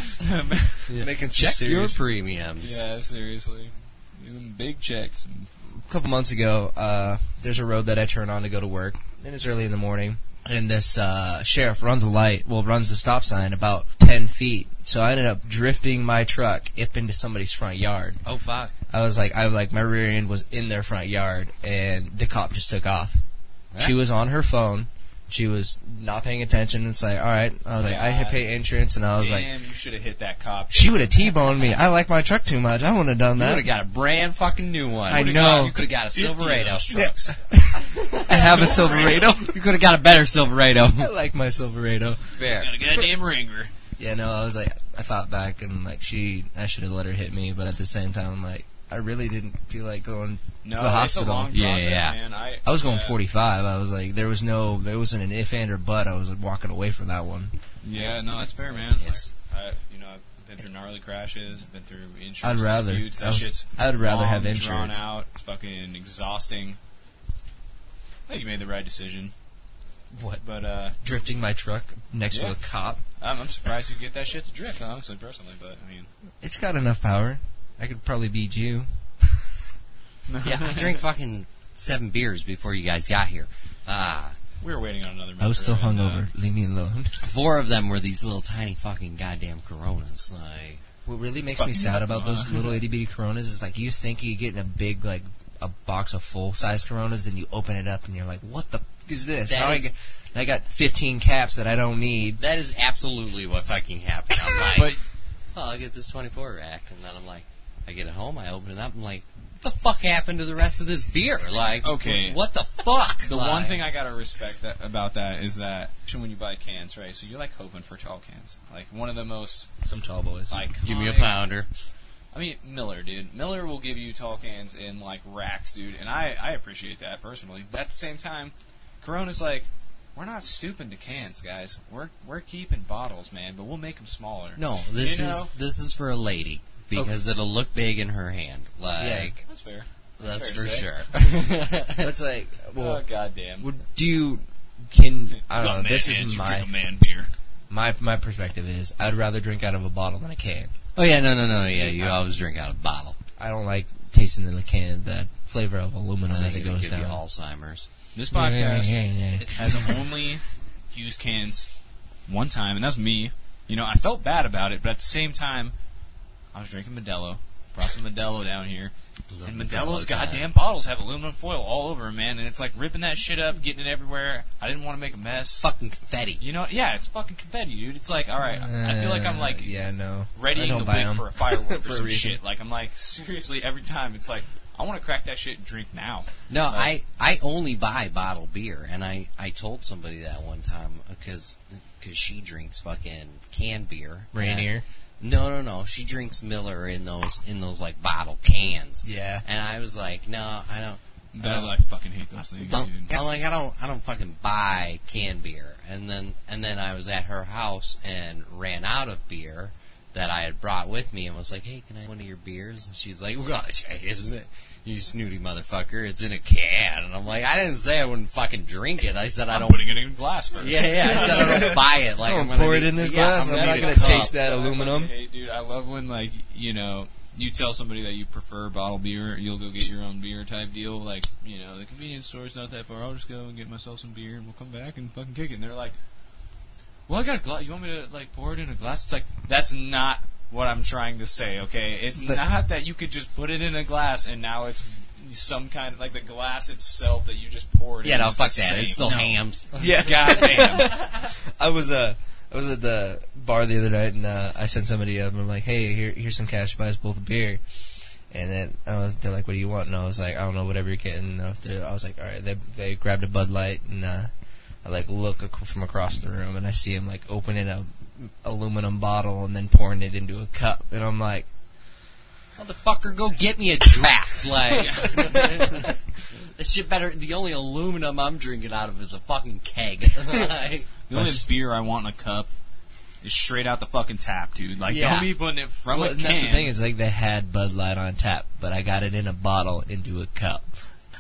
Making
check your premiums.
yeah, seriously, Even big checks.
a couple months ago, uh, there's a road that I turn on to go to work, and it's early in the morning. And this uh, sheriff runs a light, well, runs the stop sign about ten feet. So I ended up drifting my truck up into somebody's front yard.
Oh fuck.
I was like, I like my rear end was in their front yard, and the cop just took off. She was on her phone. She was not paying attention. It's like, all right. I was like, I had pay insurance, and I was like,
damn, you should have hit that cop.
she would have t-boned me. I like my truck too much. I wouldn't have done
You would
that.
have got a brand fucking new one.
I
You
know.
could've got- You could have got a Silverado.
Trucks.
I have a Silverado.
You could have got a better Silverado.
I like my Silverado.
Fair.
Got a goddamn ringer.
Yeah, no, I was like, I thought back and like she, I should have let her hit me, but at the same time, I'm like, I really didn't feel like going
No,
to the
it's a
hospital.
long process,
Yeah, yeah.
man. I,
I was going
uh,
45. I was like, there was no, there wasn't an if and or but. I was like, walking away from that one.
Yeah, no, that's fair, man.
Yes.
Like, I, you know, I've been through gnarly crashes, been through insurance
I'd rather-
disputes. That
I was-
shit's
I'd rather
long,
have insurance.
drawn out, it's fucking exhausting. I think you made the right decision,
What?
but uh,
Drifting my truck next to
Yeah.
a cop.
I'm, I'm surprised you get that shit to drift, honestly, personally. But I mean,
It's got enough power. I could probably beat you.
Yeah, I drank fucking seven beers before you guys got here. Ah,
we were waiting on another. Member,
I was still
and, uh,
hungover. Leave me alone.
four of them were these little tiny fucking goddamn Coronas. Like,
What really makes
Fucking
me sad
nothing
about those
on.
little itty bitty Coronas is like you think you're getting a big like a box of full size Coronas, then you open it up and you're like, what the f- is this?
That
Now I,
is-
got, I got 15 caps that I don't need.
that is absolutely what fucking happened. I'm like,
But
oh, I'll get this 24 rack, and then I'm like, I get it home, I open it up, I'm like, what the fuck happened to the rest of this beer? Like,
Okay.
what the fuck?
The one thing I gotta respect that, about that is that when you buy cans, right? So you're like hoping for tall cans, like one of the most
Some tall boys.
like
give me a pounder.
I mean, Miller, dude. Miller will give you tall cans in like racks, dude, and I I appreciate that personally. But at the same time, Corona's like, we're not stooping to cans, guys. We're we're keeping bottles, man, but we'll make them smaller.
No, this
You
is
know?
this is for a lady because it'll look big in her hand. Like,
that's fair.
that's
fair
for
to say.
sure.
That's like, well,
oh goddamn.
would do you can I don't know. This is my
man beer.
my my perspective is I'd rather drink out of a bottle than a can.
oh yeah, no, no, no, yeah. You always drink out of bottle.
I don't like tasting in the can the flavor of aluminum
I
as it
think it'll
goes
give you
down.
Alzheimer's.
This
Yeah, yeah,
podcast
yeah, yeah.
has only used cans one time, and that's me. You know, I felt bad about it, but at the same time, I was drinking Modelo. Brought some Modelo down here.
Love
And
Modelo all
Modelo's
the time.
goddamn bottles have aluminum foil all over 'em, man, and it's like ripping that shit up, getting it everywhere. I didn't want to make a mess.
fucking confetti.
You know, yeah, it's fucking confetti, dude. It's like, all right, I feel like I'm
Uh,
like
yeah, no. I
readying
don't
the
buy
week
'em.
for a firework
For
or
a
some
reason.
shit. Like I'm like, seriously, every time it's like, I want to crack that shit and drink now.
No, I I only buy bottled beer, and I I told somebody that one time because because she drinks fucking canned beer.
Rainier.
And- no, no, no. She drinks Miller in those in those like bottle cans.
Yeah.
And I was like, no, I don't.
That
Uh,
I fucking hate those things,
Don't,
dude.
I'm like I don't I don't fucking buy canned beer. And then and then I was at her house and ran out of beer that I had brought with me and was like, Hey, can I have one of your beers? And she's like, Gosh, isn't it you snooty motherfucker, it's in a can and I'm like, I didn't say I wouldn't fucking drink it. I said I
I'm
don't
putting it in glass first.
Yeah, yeah, I said I don't buy it. Like
I'm
I'm
gonna pour
gonna
it
need-
in this
yeah,
glass.
I'm
I'm
gonna
not
need
gonna
a cup.
taste that aluminum.
Hey, dude, I love when like you know you tell somebody that you prefer bottled beer, you'll go get your own beer type deal. Like you know the convenience store's not that far. I'll just go and get myself some beer, and we'll come back and fucking kick it. And they're like, "Well, I got a glass. You want me to like pour it in a glass?" It's like that's not what I'm trying to say. Okay, it's
The-
not that you could just put it in a glass and now it's some kind of like the glass itself that you just poured.
Yeah,
in
no,
is
fuck
the
that.
same.
It's still
No.
hams.
Yeah.
Goddamn.
I was uh I was at the bar the other night and uh, I sent somebody up and I'm like, hey, here here's some cash, buy us both a beer. And then I was, they're like, what do you want? And I was like, I don't know, whatever you're getting. And after- I was like, all right. They they grabbed a Bud Light and uh, I like look ac- from across the room and I see him like opening a aluminum bottle and then pouring it into a cup and I'm like,
Motherfucker, go get me a draft. Like, that shit better. The only aluminum I'm drinking out of is a fucking keg. like,
The only beer I want in a cup is straight out the fucking tap, dude. Like,
Yeah.
don't be putting it from
well,
a
and
can.
that's the thing is like they had Bud Light on tap, but I got it in a bottle into a cup.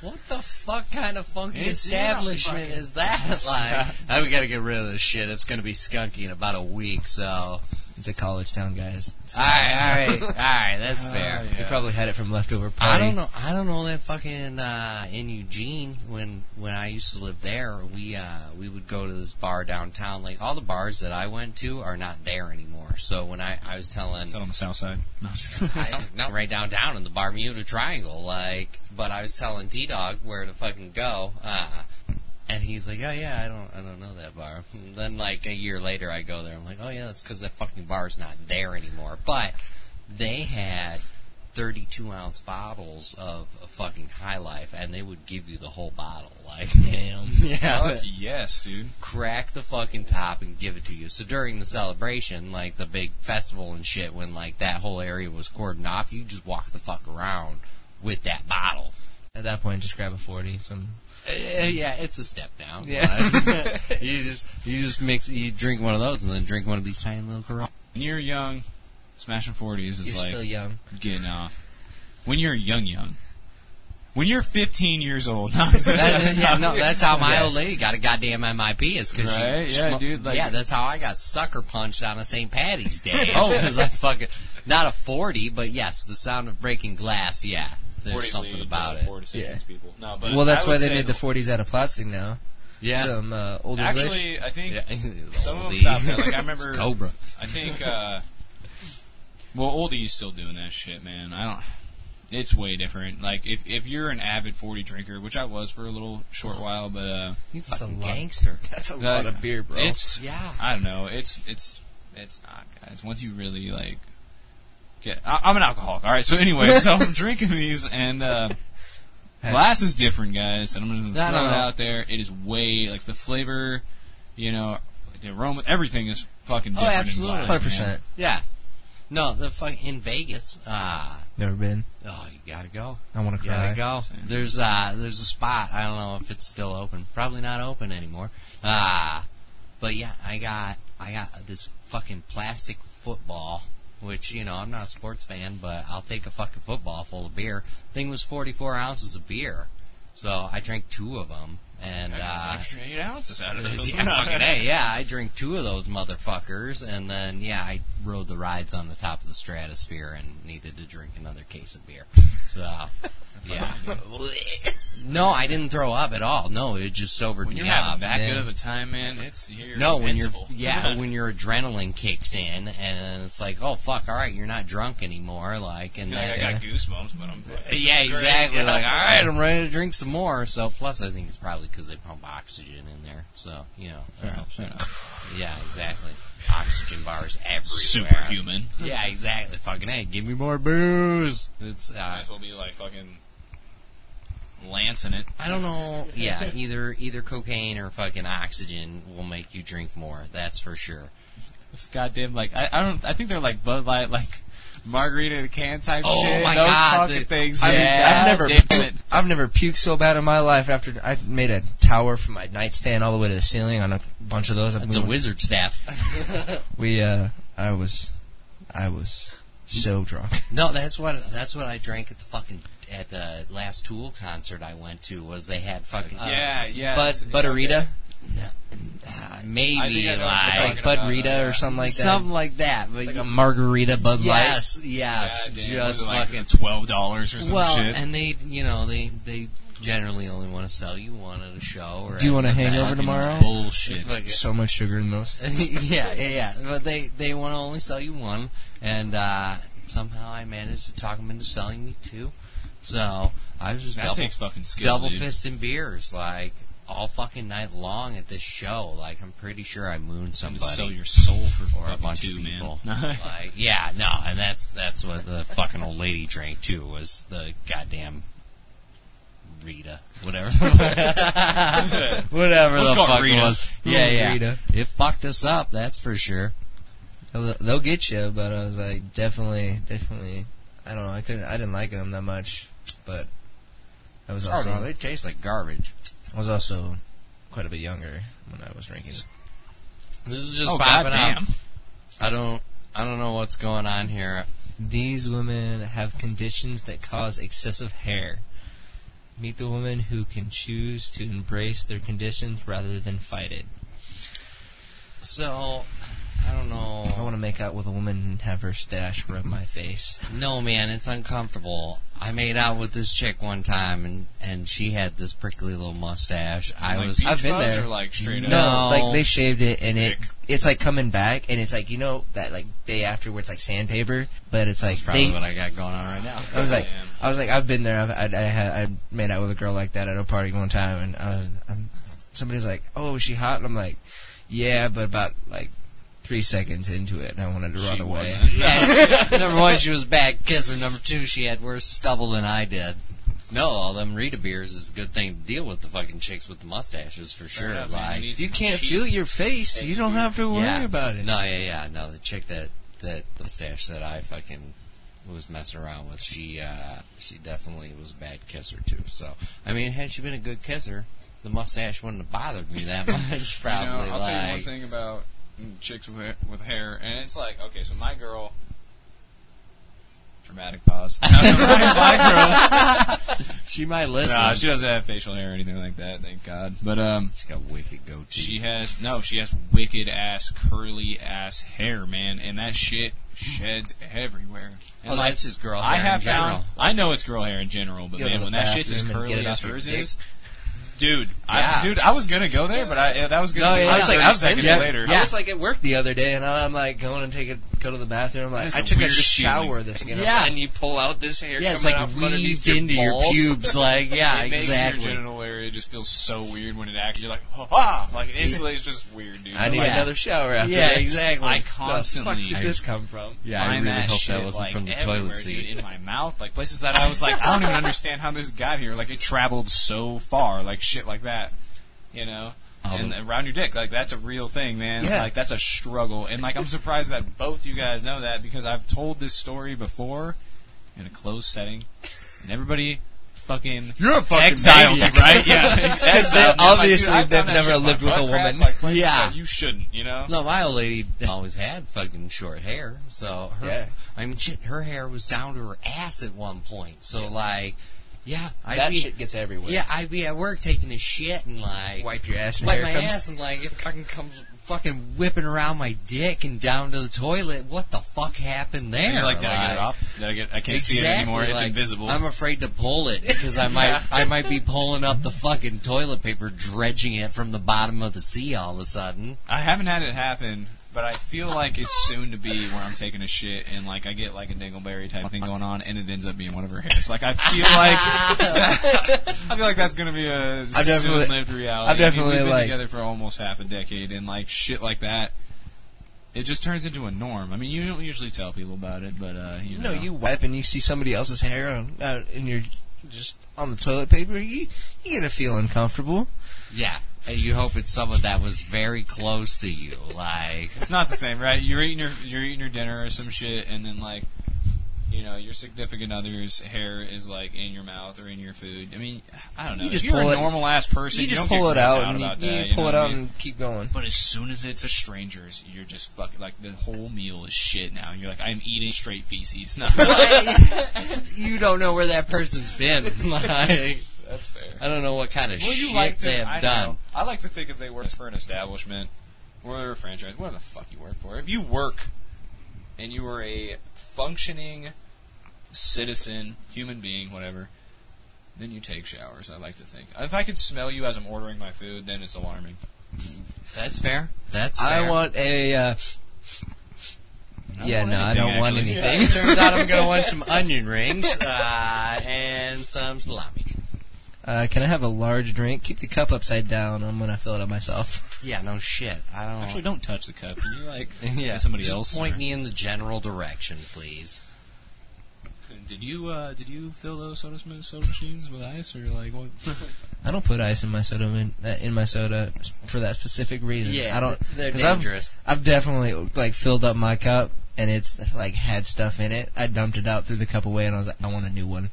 what the fuck kind of funky
It's
establishment
not fucking-
is that? Like, I we gotta get rid of this shit. It's gonna be skunky in about a week, so. Alright,
It's a college town, guys. It's a college town.
alright, alright, that's fair.
They probably had it from leftover party.
Oh, I don't know. I don't know that fucking uh, in Eugene when when I used to live there. We uh, we would go to this bar downtown. Like all the bars that I went to are not there anymore. So when I I was telling
It's out on the south side. No, I'm just kidding.
I, not right downtown in the Bermuda Triangle, like. But I was telling T Dog where to fucking go, uh, and he's like, "Oh yeah, I don't, I don't know that bar." And then like a year later, I go there. I'm like, "Oh yeah, that's because that fucking bar's not there anymore." But they had 32 ounce bottles of fucking High Life, and they would give you the whole bottle, like.
Damn.
Yeah,
Fuck yes, dude.
crack the fucking top and give it to you. So during the celebration, like the big festival and shit, when like that whole area was cordoned off, you just walk the fuck around with that bottle.
At that point, just grab a forty. Some
Uh, yeah, it's a step down.
Yeah.
but you just you just mix you drink one of those and then drink one of these tiny little Corona.
When you're young, smashing 40s is
you're
like
still young.
getting off. When you're young, young. When you're 15 years old. No,
That, yeah, no, that's how my
Yeah.
old lady got a goddamn MIP. Is because
Right?
she,
Yeah, dude, like-
yeah, that's how I got sucker punched on a St. Patty's Day. oh, because I fucking not a forty, but yes, the sound of breaking glass. Yeah, there's something about
uh,
it.
Yeah.
People. No, but
Well, that's
I would
why they
say
made the forties out of plastic now.
Yeah.
Some uh, older rich-
Actually, I think
yeah.
some of them
Oldie.
stopped that. Like, I remember
Cobra.
I think, uh, well, Oldie's still doing that shit, man. I don't. It's way different. Like if if you're an avid 40 drinker, which I was for a little short while, but uh,
You
That's a
fucking
lot.
gangster.
that's a
like, It's
Yeah.
I don't know. It's it's it's not, guys. Once you really like get, I, I'm an alcoholic. All right. So anyway, so I'm drinking these, and uh, glass is different, guys. And I'm just
No,
gonna throw
no,
it
no.
out there. It is way like the flavor, you know, the aroma, everything is fucking
Oh,
different. in
absolutely.
glass, man.
Hundred percent.
Yeah. No, the fuck in Vegas. Ah,
Never been.
oh, you gotta go.
I want to
You gotta
cry.
go. There's uh, there's a spot. I don't know if it's still open. Probably not open anymore. Ah, but yeah, I got I got this fucking plastic football. Which you know, I'm not a sports fan, but I'll take a fucking football full of beer. Thing was 44 ounces of beer, so I drank two of them, and
I got an
uh,
extra eight ounces out of this.
yeah, fucking A, yeah, I drank two of those motherfuckers, and then yeah, I rode the rides on the top of the stratosphere and needed to drink another case of beer. So yeah, no, I didn't throw up at all. No, it just sobered
When you're
me
having
up.
that
man.
good of a time, man, it's you're
no, when you're
invincible.
yeah, when your adrenaline kicks in and it's like, oh fuck, all right, you're not drunk anymore, like, and
Like, I
then,
got goosebumps, but I'm fucking
yeah,
great.
exactly.
Yeah.
Like, all right, I'm ready to drink some more. So, plus, I think it's probably because they pump oxygen in there. So, you know, that helps. yeah, exactly. Oxygen bars everywhere.
superhuman.
Yeah, exactly. Fucking hey, give me more booze. It's
Might
uh,
as well be like fucking lancing it.
I don't know. Yeah, either either cocaine or fucking oxygen will make you drink more. That's for sure.
It's goddamn like I, I don't I think they're like Bud Light like margarita in a can type
Oh
shit.
my
Those
God,
fucking
the-
things.
I mean,
yeah.
I've never,
Damn it.
I've never puked so bad in my life after I made a tower from my nightstand all the way to the ceiling on a bunch of those.
It's a wizard staff.
We, uh, I was, I was so drunk.
No, that's what that's what I drank at the fucking at the last Tool concert I went to. Was they had fucking uh,
yeah, yeah.
Bud,
it's-
Budderita,
uh,
I think
maybe
I know what
like
you're
it's like
talking
Bud
about,
Rita
uh,
or something like that.
something like that. But
It's like
you-
a margarita Bud Light.
yes,
Yeah,
yes,
damn, what was
just
it, like
fucking
twelve dollars or some
well,
shit.
and they, you know, they they generally only want to sell you one at a show. Or
Do you
at
want a
an
hangover
event.
tomorrow?
Bullshit.
Fuck it.
So much sugar in those.
yeah, yeah, yeah. But they they want to only sell you one, and uh, somehow I managed to talk them into selling me two. So I was just
That
double
takes fucking skill.
double
dude.
fisting beers like all fucking night long at this show. Like I'm pretty sure I mooned
Time to
somebody
Sell your soul for
or a
fucking
bunch
two,
of
man.
people. like, yeah, no, and that's that's what the fucking old lady drank too was the goddamn Rita, whatever, whatever
Let's
the
call it
fuck it
Rita.
was. Yeah, yeah,
Rita.
it fucked us up, that's for sure.
They'll, they'll get you, but I was like, definitely, definitely. I don't know. I couldn't. I didn't like them that much, but I was
Oh
also
no, they taste like garbage.
I was also quite a bit younger when I was drinking.
This is just
Oh
popping up.
goddamn!
I don't, I don't know what's going on here.
These women have conditions that cause excessive hair. Meet the woman who can choose to embrace their conditions rather than fight it.
So, I don't know.
I want to make out with a woman and have her stash rub my face.
No, man, it's uncomfortable. I made out with this chick one time, and and she had this prickly little mustache. I
Like
was
beach
I've been
buzz
there.
Or like straight
No.
up.
like they shaved it and it
Thick.
it's like coming back and it's like you know that like day after where it's like sandpaper, but it's like
that's probably
they,
what I got going on right now.
I was like,
Yeah.
I was like, I've been there. I've, I, I had I made out with a girl like that at a party one time, and I was, I'm, somebody's like, "Oh, is she hot?" And I'm like, "Yeah," but about like three seconds into it, I wanted to run
She
away.
wasn't.
Yeah, number one, she was a bad kisser. Number two, she had worse stubble than I did. No, all them Rita beers is a good thing to deal with the fucking chicks with the mustaches for sure.
enough, man.
like,
You need
You can't
She-
feel your face. You don't have to worry
yeah.
about it.
No, yeah, yeah, no. The chick that that the mustache that I fucking was messing around with, she uh she definitely was a bad kisser too. So I mean, had she been a good kisser, the mustache wouldn't have bothered me that much.
You know,
Probably
I'll
like
tell you one thing about mm, chicks with hair, with hair, and it's like, okay, so my girl. Dramatic pause. No, no, my, my
she might
girl.
listen.
Nah, she doesn't have facial hair or anything like that. Thank God. But um,
She's got wicked goatee.
she has no. She has wicked ass, curly ass hair, man, and that shit sheds everywhere. And
oh,
like,
that's his girl.
I
hair
have
in general.
found. I know it's girl hair in general, but
Go to
man,
the
when that shit's as
bathroom and get
curly
it
as
off your
hers
dick.
is, dude,
Yeah.
I, dude, I was gonna go there, but I yeah, that was good.
No, yeah,
I was
yeah.
like, I was seconds
Yeah.
later.
I was like at work the other day, and I'm like going and take a go to the bathroom. I'm like,
That's
I
the
took a
weirdest
shower
feeling.
this weekend,
Yeah.
and you pull out this hair.
Yeah, it's
coming
like
out from underneath
weaved
your
into your
balls.
pubes. Like, yeah,
it makes
exactly.
your genital area just feels so weird when it acts. You're like, "Oh, ah, like instantly it's just weird, dude.
I need
Yeah.
another shower after.
yeah,
this.
exactly.
I
Where the
constantly
fuck did this come from?
yeah, I
find
really
that
hope
shit
that wasn't
like
from the
everywhere,
toilet seat.
dude, in my mouth, like places that I was like, I don't even understand how this got here. Like it traveled so far, like shit like that, you know.
Um,
and around your dick, like that's a real thing, man.
Yeah.
Like that's a struggle, and like I'm surprised that both you guys know that because I've told this story before in a closed setting, and everybody fucking
You're a fucking
exiled,
maniac.
right? Yeah, exiled.
obviously
Like, dude, I've
they've
done that
never
shit.
lived
My
with a
butt crack,
woman.
like, places
Yeah.
that you shouldn't, you know.
No, my old lady always had fucking short hair, so her,
Yeah.
I mean, shit, her hair was down to her ass at one point. So like, Yeah,
that
I'd be,
shit gets everywhere.
Yeah, I'd be at work taking a shit and like
Wipe your ass. and
wipe
here
my
it comes.
ass and like it fucking comes fucking whipping around my dick and down to the toilet. What the fuck happened there?
You're like, did I get it off? Did I get? I can't see it
Exactly,
anymore. It's
like,
invisible.
I'm afraid to pull it because I might I might be pulling up the fucking toilet paper, dredging it from the bottom of the sea all of a sudden.
I haven't had it happen, but I feel like it's soon to be where I'm taking a shit and like I get like a dingleberry type thing going on, and it ends up being one of her hairs. Like I feel like I feel like that's gonna be a
definitely-
soon-lived reality.
I've definitely,
I mean, we've been
like-
together for almost half a decade, and like shit like that. It just turns into a norm. I mean, you don't usually tell people about it, but uh, you
No,
know,
you wipe and you see somebody else's hair on, uh, and you're just on the toilet paper. You you gotta feel uncomfortable.
Yeah, and you hope it's someone that was very close to you, like.
It's not the same, right? You're eating your you're eating your dinner or some shit, and then like, you know, your significant other's hair is like in your mouth or in your food. I mean, I don't know.
You just
if you're
pull
a
it-
normal ass person.
you just
don't
pull
get
it
grossed
out and you,
about
you
that, know
pull it
what I
out
mean?
and keep going.
But as soon as it's a stranger's, you're just fucking like the whole meal is shit now. You're like, I'm eating straight feces. No,
you don't know where that person's been. Like,
that's fair.
I don't know what kind of
Well, you
shit
like to,
they have
I
done.
Know, I like to think if they work for an establishment or a franchise, whatever the fuck you work for, if you work and you are a functioning citizen, human being, whatever, then you take showers. I like to think. If I can smell you as I'm ordering my food, then it's alarming.
That's fair. That's fair.
I want a. Uh, yeah,
want
no, I
anything,
don't want
actually.
anything.
It turns out I'm gonna want some onion rings uh, and some salami.
Uh, can I have a large drink? Keep the cup upside down. I'm gonna fill it up myself.
Yeah, no shit. I don't.
Actually, don't touch the cup. Can You like
yeah,
somebody
just
else.
Point me in the general direction, please.
Did you uh, did you fill those soda, sm- soda machines with ice or like what?
I don't put ice in my soda in, uh, in my soda for that specific reason.
Yeah,
I don't.
They're
'cause I've-
dangerous.
I've definitely like filled up my cup and it's like had stuff in it. I dumped it out, threw the cup away, and I was like, I want a new one.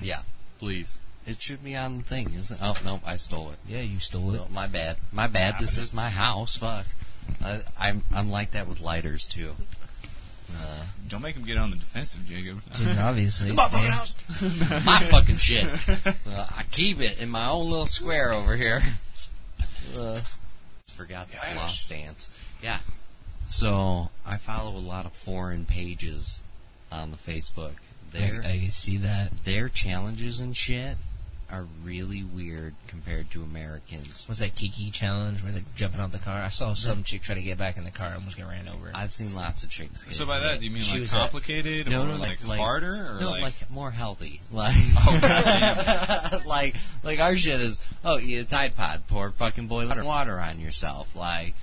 Yeah, please. It should be on the thing, isn't it? Oh no, I stole it.
Yeah, you stole it.
Oh, my bad. My bad. This is my house. Fuck. I, I'm I'm like that with lighters too. Uh,
Don't make him get on the defensive, Jacob.
Dude, obviously. man.
my fucking shit. Uh, I keep it in my own little square over here. Uh, forgot the floss stance. Yeah. So I follow a lot of foreign pages on the Facebook. Their
I, I can see that.
their challenges and shit are really weird compared to Americans.
Was that Kiki challenge where they're jumping out the car? I saw some chick try to get back in the car and almost get ran over.
I've seen lots of chicks. get
so by that, do you mean
She
like
was at-
complicated
No,
or
no,
like,
like- like-
harder or
no,
like, Oh,
like, more healthy. Like, like, like our shit is, oh, eat a Tide Pod, pour fucking boiling water on yourself. Like,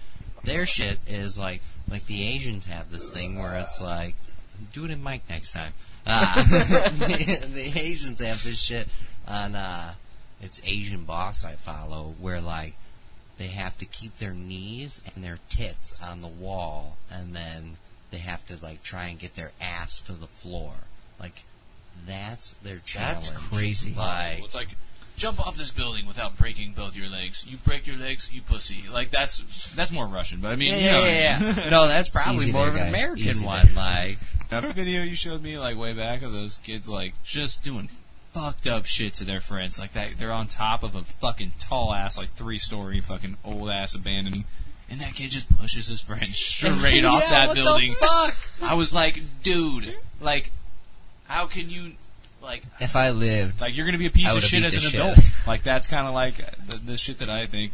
their shit is like, like the Asians have this thing where it's like, do it in Mike next time. Uh, the, the Asians have this shit on, uh, it's Asian Boss I follow where like, they have to keep their knees and their tits on the wall and then they have to like try and get their ass to the floor like that's their challenge
That's crazy.
like
Well, it's like jump off this building without breaking both your legs. You break your legs, you pussy. Like that's that's more Russian, but I mean,
yeah,
you know
yeah,
what I
yeah,
mean.
yeah. no that's probably
Easy
more
there,
of an
guys.
american
Easy
one like
That video you showed me like way back of those kids like just doing fucked up shit to their friends. Like that, they're on top of a fucking tall ass, like three story fucking old ass abandoned. And that kid just pushes his friend straight off
Yeah,
that
what the
building.
fuck?
I was like, dude, like, how can you, like,
if I lived,
Like you're gonna be a piece
I
of
would've
shit
beat
as
the
an
shit
adult.
out of
Like that's kind of like uh, the, the shit that I think.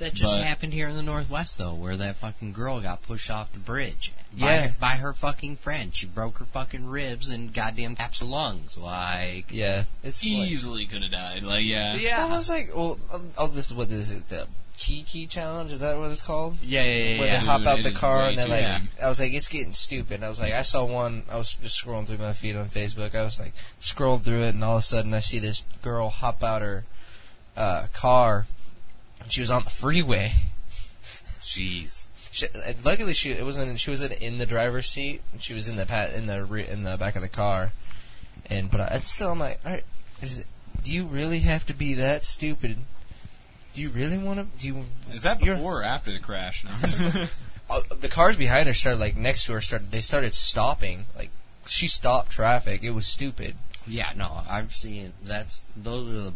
that just
But-
happened here in the northwest though where that fucking girl got pushed off the bridge by,
Yeah.
by her fucking friend she broke her fucking ribs and goddamn taps her lungs like
yeah, it's like,
Easily could have died. Like yeah.
yeah. I was like, well, um, oh, this is what this is the Kiki challenge. Is that what it's called?
yeah yeah yeah,
Where
yeah.
they hop
Dude,
out
it
the
is
car
way
and they're
too
like,
big.
I was like, it's getting stupid. I was like, I saw one. I was just scrolling through my feed on Facebook. I was like, scrolled through it, and all of a sudden, I see this girl hop out her uh, car. And she was on the freeway.
jeez
She, uh, luckily, she it wasn't. She was in, in the driver's seat. And she was in the pat in the re, in the back of the car, and but I, it's still. I'm like, all right, is it, do you really have to be that stupid? Do you really want to? Do you?
Is that
you're-
before or after the crash? No.
uh, the cars behind her started like next to her started. They started stopping. Like she stopped traffic. It was stupid.
Yeah, no, I've seen that's those are the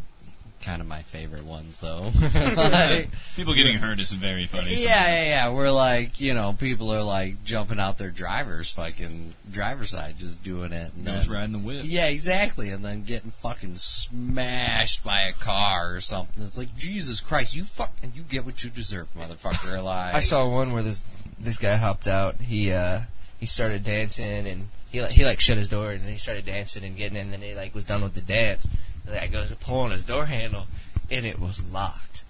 kind of my favorite ones though. Like,
People getting hurt is very
yeah,
funny.
yeah, yeah. We're like, you know, people are like jumping out their drivers, fucking driver's side, just doing it. And
Those
then-
riding the whip.
Yeah, exactly. And then getting fucking smashed by a car or something. It's like Jesus Christ, you fuck, and you get what you deserve, motherfucker. Like
I saw one where this this guy hopped out. He uh he started dancing and he like he like shut his door and he started dancing and getting in. And then he like was done with the dance. And that goes to pull on his door handle and it was locked.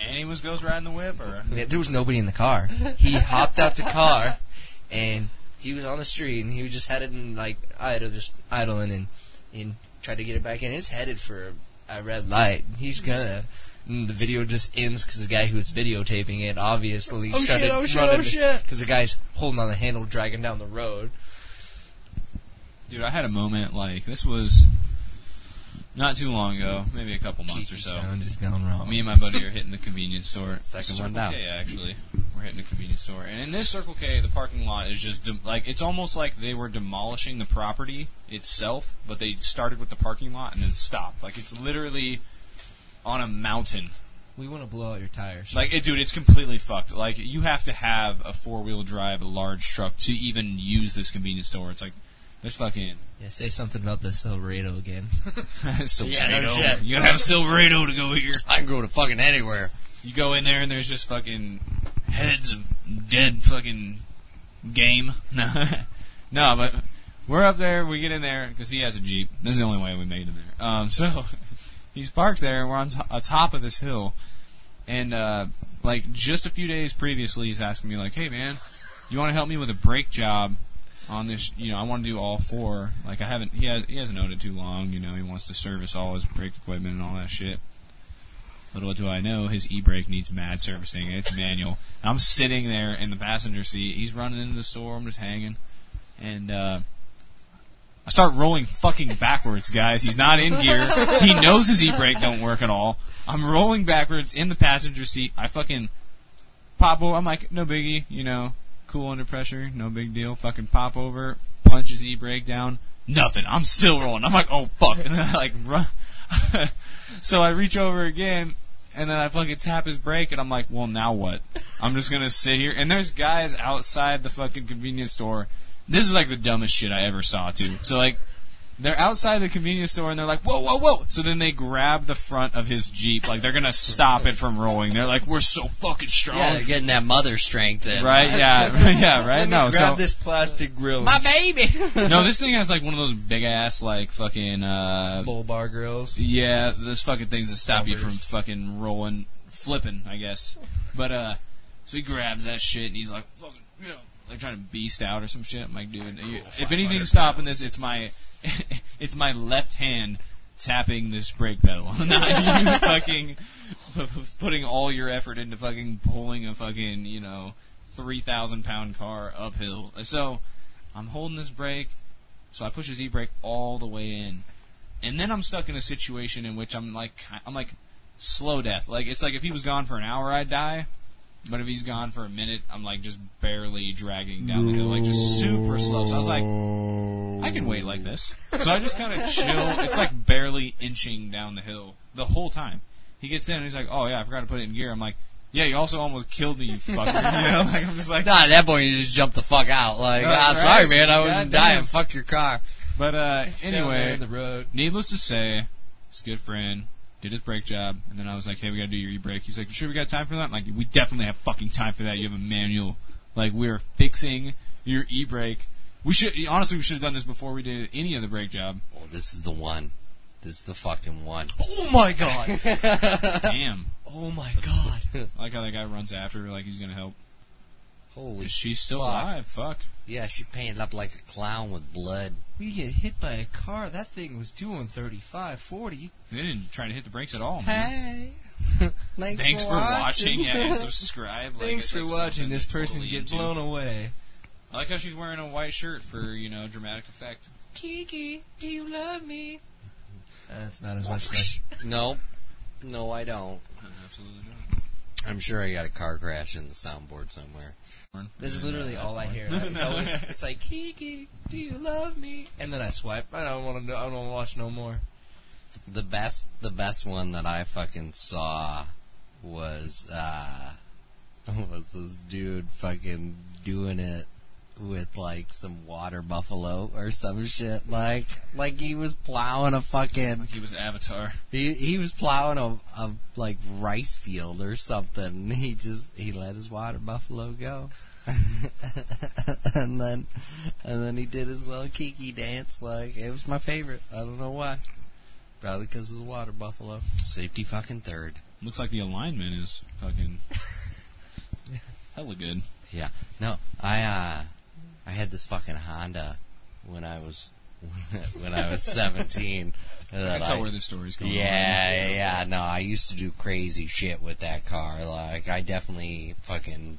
And he was goes riding the whip, or
There there was nobody in the car. He hopped out the car and he was on the street and he was just headed and like idle just idling and and tried to get it back in. It's headed for a, a red light. He's
Mm-hmm.
gonna. And the video just ends because the guy who was videotaping it obviously
Oh
started
shit! Oh shit!
running
Oh
the-
shit!
because the guy's holding on the handle, dragging down the road.
Dude, I had a moment like this was not too long ago, maybe a couple months or so.
just gone wrong.
Me and my buddy are hitting the convenience store.
Second
Circle
one down.
K, actually. We're hitting the convenience store. And in this Circle K, the parking lot is just, de- like, it's almost like they were demolishing the property itself, but they started with the parking lot and then stopped. Like, it's literally on a mountain.
we want to blow out your tires.
Like, it, dude, it's completely fucked. Like, you have to have a four wheel drive large truck to even use this convenience store. It's like, there's fucking.
yeah, say something about the Silverado again.
Silverado.
Yeah, no shit.
You gotta have a Silverado to go here.
I can go to fucking anywhere.
You go in there and there's just fucking heads of dead fucking game. No, no, but we're up there. We get in there because he has a jeep. This is the only way we made it in there. Um, so he's parked there. We're on to- atop of this hill, and uh, like just a few days previously, he's asking me like, "Hey, man, you want to help me with a brake job?" On this, you know, I want to do all four. Like I haven't, he, has, he hasn't owned it too long. You know, he wants to service all his brake equipment and all that shit. Little do I know, his e-brake needs mad servicing, and it's manual. And I'm sitting there in the passenger seat. He's running into the store. I'm just hanging, and uh, I start rolling fucking backwards, guys. He's not in gear. He knows his e-brake don't work at all. I'm rolling backwards in the passenger seat. I fucking pop over. I'm like, no biggie, you know, cool under pressure, no big deal. Fucking pop over, punch his e-brake down. Nothing. I'm still rolling. I'm like, oh fuck, and then I like run. so I reach over again, and then I fucking tap his brake, and I'm like, well, now what? I'm just gonna sit here. And there's guys outside the fucking convenience store. This is like the dumbest shit I ever saw too. So like. They're outside the convenience store and they're like, whoa, whoa, whoa. So then they grab the front of his Jeep. Like, they're going to stop it from rolling. They're like, we're so fucking strong.
Yeah, they're getting that mother strength. In.
Right? Yeah. yeah. Right. no. So
this plastic grill.
My baby.
no, this thing has like one of those big ass like fucking uh
Bull bar grills.
yeah, those fucking things that stop you from fucking rolling, flipping, I guess. But uh, so he grabs that shit and he's like fucking you know like trying to beast out or some shit. I'm like, oh, dude, you- if anything's stopping this, it's my it's my left hand tapping this brake pedal, not you fucking p- p- putting all your effort into fucking pulling a fucking you know three thousand pound car uphill. So I'm holding this brake, so I push his e brake all the way in, and then I'm stuck in a situation in which I'm like ki- I'm like slow death. Like it's like if he was gone for an hour, I'd die. But if he's gone for a minute, I'm like just barely dragging down the hill, like just super slow. So I was like, I can wait like this. So I just kind of chill. It's like barely inching down the hill the whole time. He gets in and he's like, Oh yeah, I forgot to put it in gear. I'm like, Yeah, you also almost killed me, you fucker. You know, like I'm just like,
Nah, at that point you just jump the fuck out. Like,
Right,
I'm
right.
sorry, man, I wasn't
Goddamn.
dying. Fuck your car.
But uh,
there
anyway,
in the road.
needless to say, his good friend did his brake job, and then I was like, "Hey, we gotta do your e-brake." He's like, "You sure we got time for that?" I'm like, "We definitely have fucking time for that. You have a manual. Like, we're fixing your e-brake. We should honestly, we should have done this before we did any other brake job.
Oh, this is the one. This is the fucking one.
Oh my god!
Damn,
Oh my god!
I like how that guy runs after her, like he's gonna help.
Holy.
Is she still
fuck.
alive? Fuck.
Yeah, she painted up like a clown with blood.
we get hit by a car. That thing was doing 35, 40.
They didn't try to hit the brakes at all. Man.
Hey. Thanks,
Thanks for watching. Yeah, and subscribe. Like,
Thanks
it's
for
like
watching
something
this
they're
person
totally
get
into.
blown away.
I like how she's wearing a white shirt for you know dramatic effect.
Kiki, do you love me?
Oh,
That's about as much. as
No, no, I don't.
Absolutely not.
I'm sure I got a car crash in the soundboard somewhere.
This
uh,
is literally all I hear. Like, it's always it's like Kiki, do you love me? And then I swipe. I don't want to. I don't want to watch no more.
The best, the best one that I fucking saw was uh, was this dude fucking doing it with like some water buffalo or some shit. Like, like he was plowing a fucking
He was Avatar.
He he was plowing a, a like rice field or something. And he just he let his water buffalo go, and then and then he did his little kiki dance. Like it was my favorite. I don't know why. Probably because of the water buffalo. Safety fucking third.
Looks like the alignment is fucking hella good.
Yeah. No, I uh, I had this fucking Honda when I was when I was seventeen. and
I
then
can tell
I-
where this story's going.
Yeah, yeah, yeah. No, I used to do crazy shit with that car. Like, I definitely fucking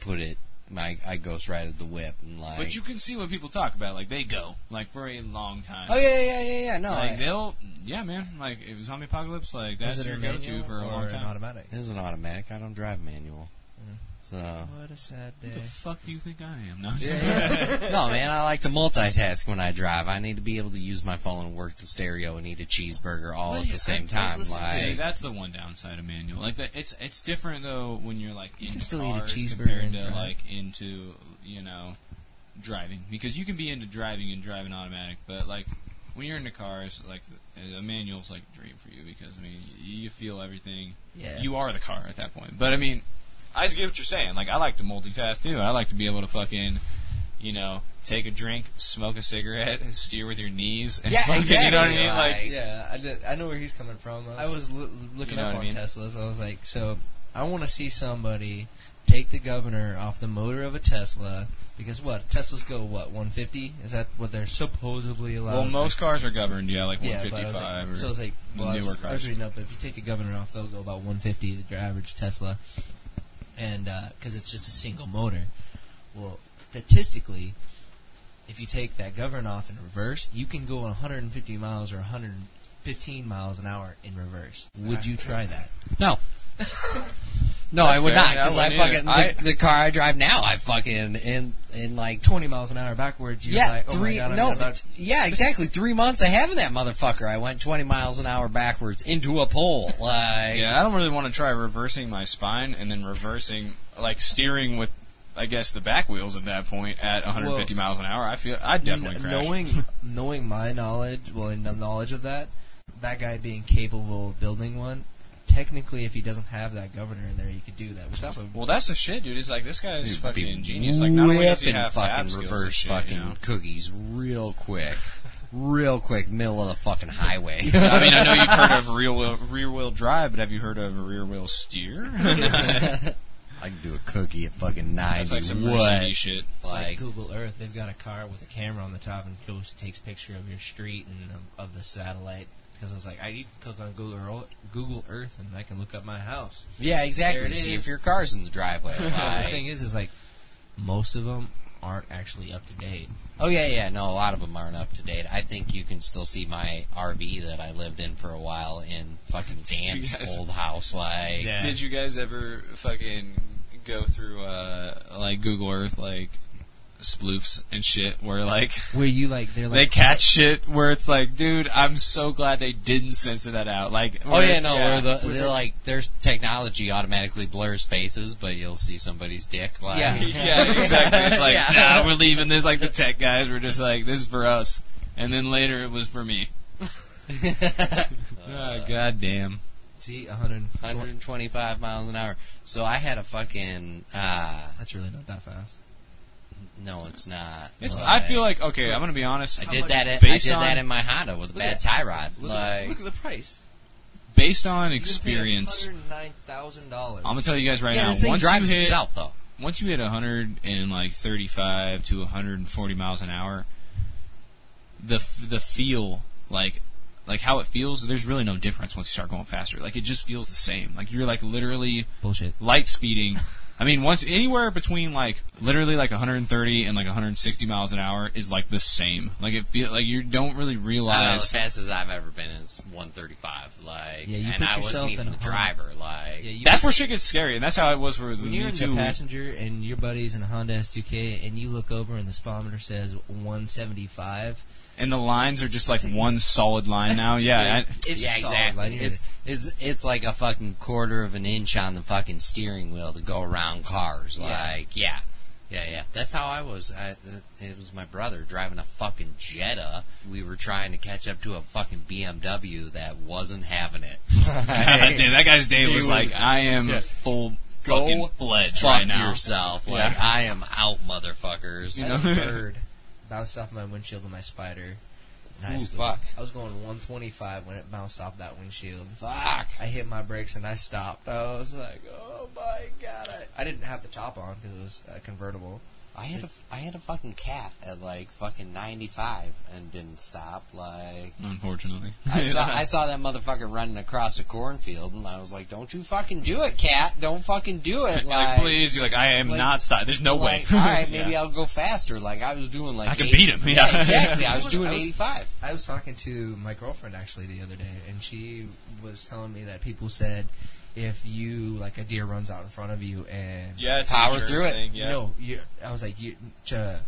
put it. My, I ghost righted the whip and like.
But you can see what people talk about. Like they go like for a long time.
oh yeah, yeah, yeah, yeah. No,
like
I,
they'll, yeah, man. Like it was zombie apocalypse. Like
Is
that's
it
your
a
go-to
manual
for a
or
long
an
time.
automatic.
it was an automatic. I don't drive manual,
Mm.
so.
What a sad day.
What the fuck do you think I am? No, I'm
Yeah,
just-
yeah. no, man, I like to multitask when I drive. I need to be able to use my phone, work the stereo, and eat a cheeseburger all at the same time.
See,
Like,
that's the one downside of manual. Like the, it's it's different though when you're like in
can still eat a
cars
cheeseburger
compared
and
to
drive.
like into you know driving because you can be into driving and driving automatic, but like when you're into cars, like the, a manual's like a dream for you because I mean you, you feel everything.
Yeah.
You are the car at that point. But I mean, I get what you're saying. Like I like to multitask too. I like to be able to fucking you know take a drink, smoke a cigarette, steer with your knees. And
Yeah,
fucking, You know what I
exactly,
mean? Like
like-
yeah, I, did, I know where he's coming from. I was loo- looking
You know
up
what I mean?
on Teslas. I was like, so I want to see somebody take the governor off the motor of a Tesla because what Teslas go what 150? Is that what they're supposedly allowed?
Well, most cars are governed, yeah, like
yeah, but I was
155
like, so I was like,
the
well, I was,
newer
I was
cars.
reading up. If you take the governor off, they'll go about 150 the average Tesla, and because it's just a single motor. Well, statistically, if you take that governor off in reverse, you can go 150 miles or 115 miles an hour in reverse. Would you try that?
No. No, I would
fair.
not
I
because I,
wouldn't
fucking
either.
the, the car I drive now. I fucking in in like
20 miles an hour backwards. You're
yeah
like, oh
three
my God, I'm
no
about to-
yeah exactly three months I have that motherfucker. I went twenty miles an hour backwards into a pole. Like
Yeah, I don't really want to try reversing my spine and then reversing, like steering with, I guess, the back wheels at that point at 150 miles an hour. I feel I'd definitely
Kn-
crash.
Knowing knowing my knowledge, well, and the knowledge of that, that guy being capable of building one, technically, if he doesn't have that governor in there, he could do that. Which that would,
well, that's the shit, dude. It's like this guy is
Dude, be
fucking genius. Like, not only does he
whipping
have
fucking
fab skills and
reverse
shit,
fucking
You know?
cookies real quick, real quick middle of the fucking highway.
I mean, I know you've heard of rear wheel, rear wheel drive, but have you heard of rear wheel steer?
I can do a cookie at fucking ninety.
That's like some
what?
Mercedes shit.
it's like,
Like
Google Earth. They've got a car with a camera on the top and goes takes picture of your street and of, of the satellite. Because I was like, I you can click on Google Earth, Google Earth, and I can look up my house.
yeah, exactly.
There it
See
is.
if your car's in the driveway.
the
Like,
thing is, is like most of them aren't actually up to date.
Oh yeah, yeah. No, a lot of them aren't up to date. I think you can still see my RV that I lived in for a while in fucking Dan's
guys-
old house. Like,
Yeah.
Did you guys ever fucking go through uh like Google Earth like sploofs and shit where like
Where you like they're
they
like
catch shit where it's like, dude, I'm so glad they didn't censor that out. Like,
oh yeah, no. Where the they're like, there's technology automatically blurs faces, but you'll see somebody's dick. Like,
Yeah.
yeah, exactly. It's like,
Yeah.
nah, we're leaving this. Like the tech guys were just like, this is for us. And then later it was for me.
Ah,
oh, God damn.
see 100.
125 miles an hour. So I had a fucking. Uh,
That's really not that fast.
no, it's not.
It's, I feel like, okay, I'm going to be honest.
I did that. At, I
based
did
on-
that in my Honda with a bad
at-
tie rod.
Look,
like,
at, look at the price.
Based on experience,
Hundred nine thousand dollars.
I'm going to tell you guys right
yeah,
now.
this thing
once
drives
you hit,
itself though.
once you hit 135 to 140 miles an hour, the f- the feel like like how it feels, there's really no difference once you start going faster. Like it just feels the same. Like you're like literally
Bullshit.
light speeding I mean, once anywhere between like literally like 130 and like 160 miles an hour is like the same. Like it feel like you don't really
I know, the
Oh,
realize.
fastest I've ever been is 135. Like,
Yeah, you
and
put
I
yourself
wasn't even
in
the
a
driver. Like,
Yeah, you-
That's where shit gets scary, and that's how it was for
When
the
you're
me
in the
too.
passenger and your buddy's in a Honda S2K and you look over and the speedometer says 175,
And the lines are just like one solid line now. Yeah, I-
it's
yeah,
a solid
exactly.
line.
it's it's it's like a fucking quarter of an inch on the fucking steering wheel to go around cars. Like, yeah, yeah, yeah. That's how I was. I, uh, it was my brother driving a fucking Jetta. We were trying to catch up to a fucking BMW that wasn't having it.
God damn, that guy's day
He
was
was-
like, I am
Yeah.
full
Go
fucking fledged
Fuck
right now.
yourself. Like,
Yeah.
I am out, motherfuckers.
I
You
had a
know?
bird bounced off my windshield with my spider. In high
Ooh,
school.
fuck.
I was going 125 when it bounced off that windshield.
Fuck.
I hit my brakes and I stopped. I was like, oh my god. I, I didn't have the top on because it was uh, convertible.
I had a I had a fucking cat at like fucking 95 and didn't stop. Like.
Unfortunately.
I saw, I saw that motherfucker running across a cornfield, and I was like, "Don't you fucking do it, cat! Don't fucking do it!" Like,
You're like, please, you're like, I am
like-
not stopped. There's no
like,
way.
all right, maybe
yeah.
I'll go faster. Like I was doing, like
I can
80
beat him, yeah.
exactly. I was
I
doing
was-
eighty-five.
I was talking to my girlfriend actually the other day, and she was telling me that people said if you, like, a deer runs out in front of you and.
Yeah, it's
Power
an insurance
through it.
thing, yeah.
No, you, I was like, you. To,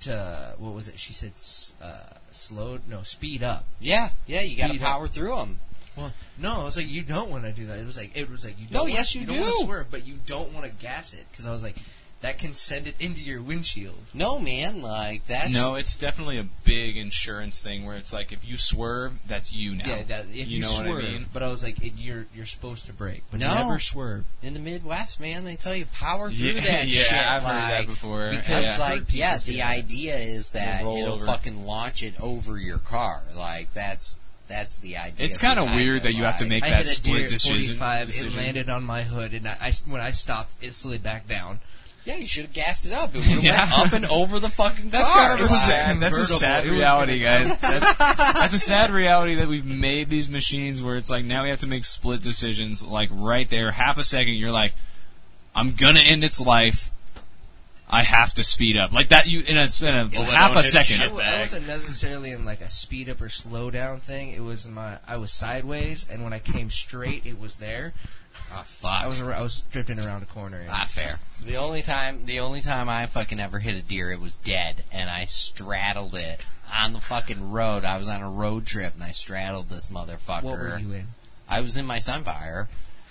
to, what was it? She said, s- uh, slow. No, speed up.
Yeah, yeah. You got to
Speed up.
power through him.
Well, no, I was like, you don't want to do that. It was like, it was like, you don't.
No,
wanna-
yes, you
don't want
do.
to swerve, but you don't want to gas it because I was like, that can send it into your windshield.
No, man. Like that's
No, it's definitely a big insurance thing where it's like if you swerve, that's you now.
Yeah, that, if you,
know
swerve.
what I mean?
But I was like, it, you're you're supposed to brake, but
No.
never swerve.
in the Midwest, man. They tell you power through
Yeah,
that
yeah,
shit.
I've heard that
like,
before.
Because,
Yeah.
I've heard
like,
people
yeah,
say
the
that.
idea is that
roll
it'll
over.
fucking launch it over your car. Like that's that's the idea.
It's kind of
behind
weird
it,
that you have to
like-
make
I
that
hit a deer
split
at
decision.
45.
decision.
It landed on my hood, and I, I s- when I stopped, it slid back down.
Yeah, you should have gassed it up. It would have
Yeah.
went up and over the fucking
That's
car.
kind of a
Like,
sad. That's a
convertible.
sad
It was
reality, guys. That's, that's a sad reality that we've made these machines where it's like now we have to make split decisions. Like right there, half a second, you're like, I'm gonna end its life. I have to speed up. Like that, you in a, in a
Well,
half
don't
a
hit
I,
second.
w- I wasn't necessarily in like a speed up or slow down thing. It was my I was sideways, and when I came straight, it was there.
Ah, fuck.
I was ar- I was drifting around a corner. and-
not Ah, fair. The only time, the only time I fucking ever hit a deer, it was dead, and I straddled it on the fucking road. I was on a road trip, and I straddled this motherfucker.
what were you in?
I was in my Sunfire,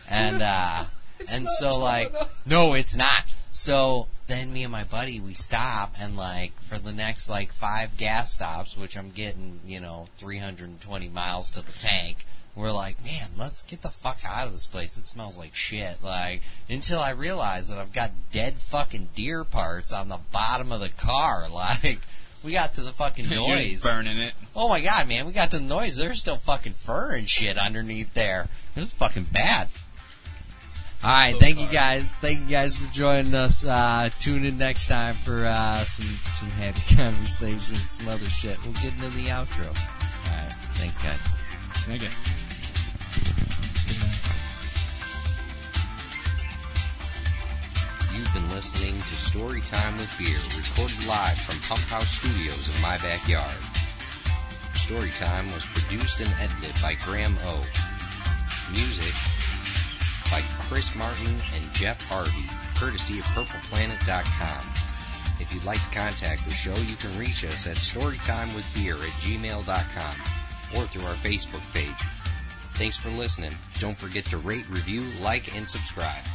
and uh, and so like, no, it's not. So then me and my buddy we stop and like for the next like five gas stops, which I'm getting you know 320 miles to the tank. We're like, man, let's get the fuck out of this place. It smells like shit. Like until I realize that I've got dead fucking deer parts on the bottom of the car. Like we got to the fucking
You're just
noise.
burning it.
Oh my god, man, we got the noise. There's still fucking fur and shit underneath there. It was fucking bad. Alright, thank you guys. Thank you guys for joining us. Uh, tune in next time for uh, some, some happy conversations, some other shit. We'll get into the outro. Alright, thanks guys.
Okay.
You've been listening to Storytime with Beer, recorded live from Pump House Studios in my backyard. Storytime was produced and edited by Graham O. Music by Chris Martin and Jeff Harvey, courtesy of purpleplanet.com. If you'd like to contact the show, you can reach us at storytimewithbeer at gmail.com or through our Facebook page. Thanks for listening. Don't forget to rate, review, like, and subscribe.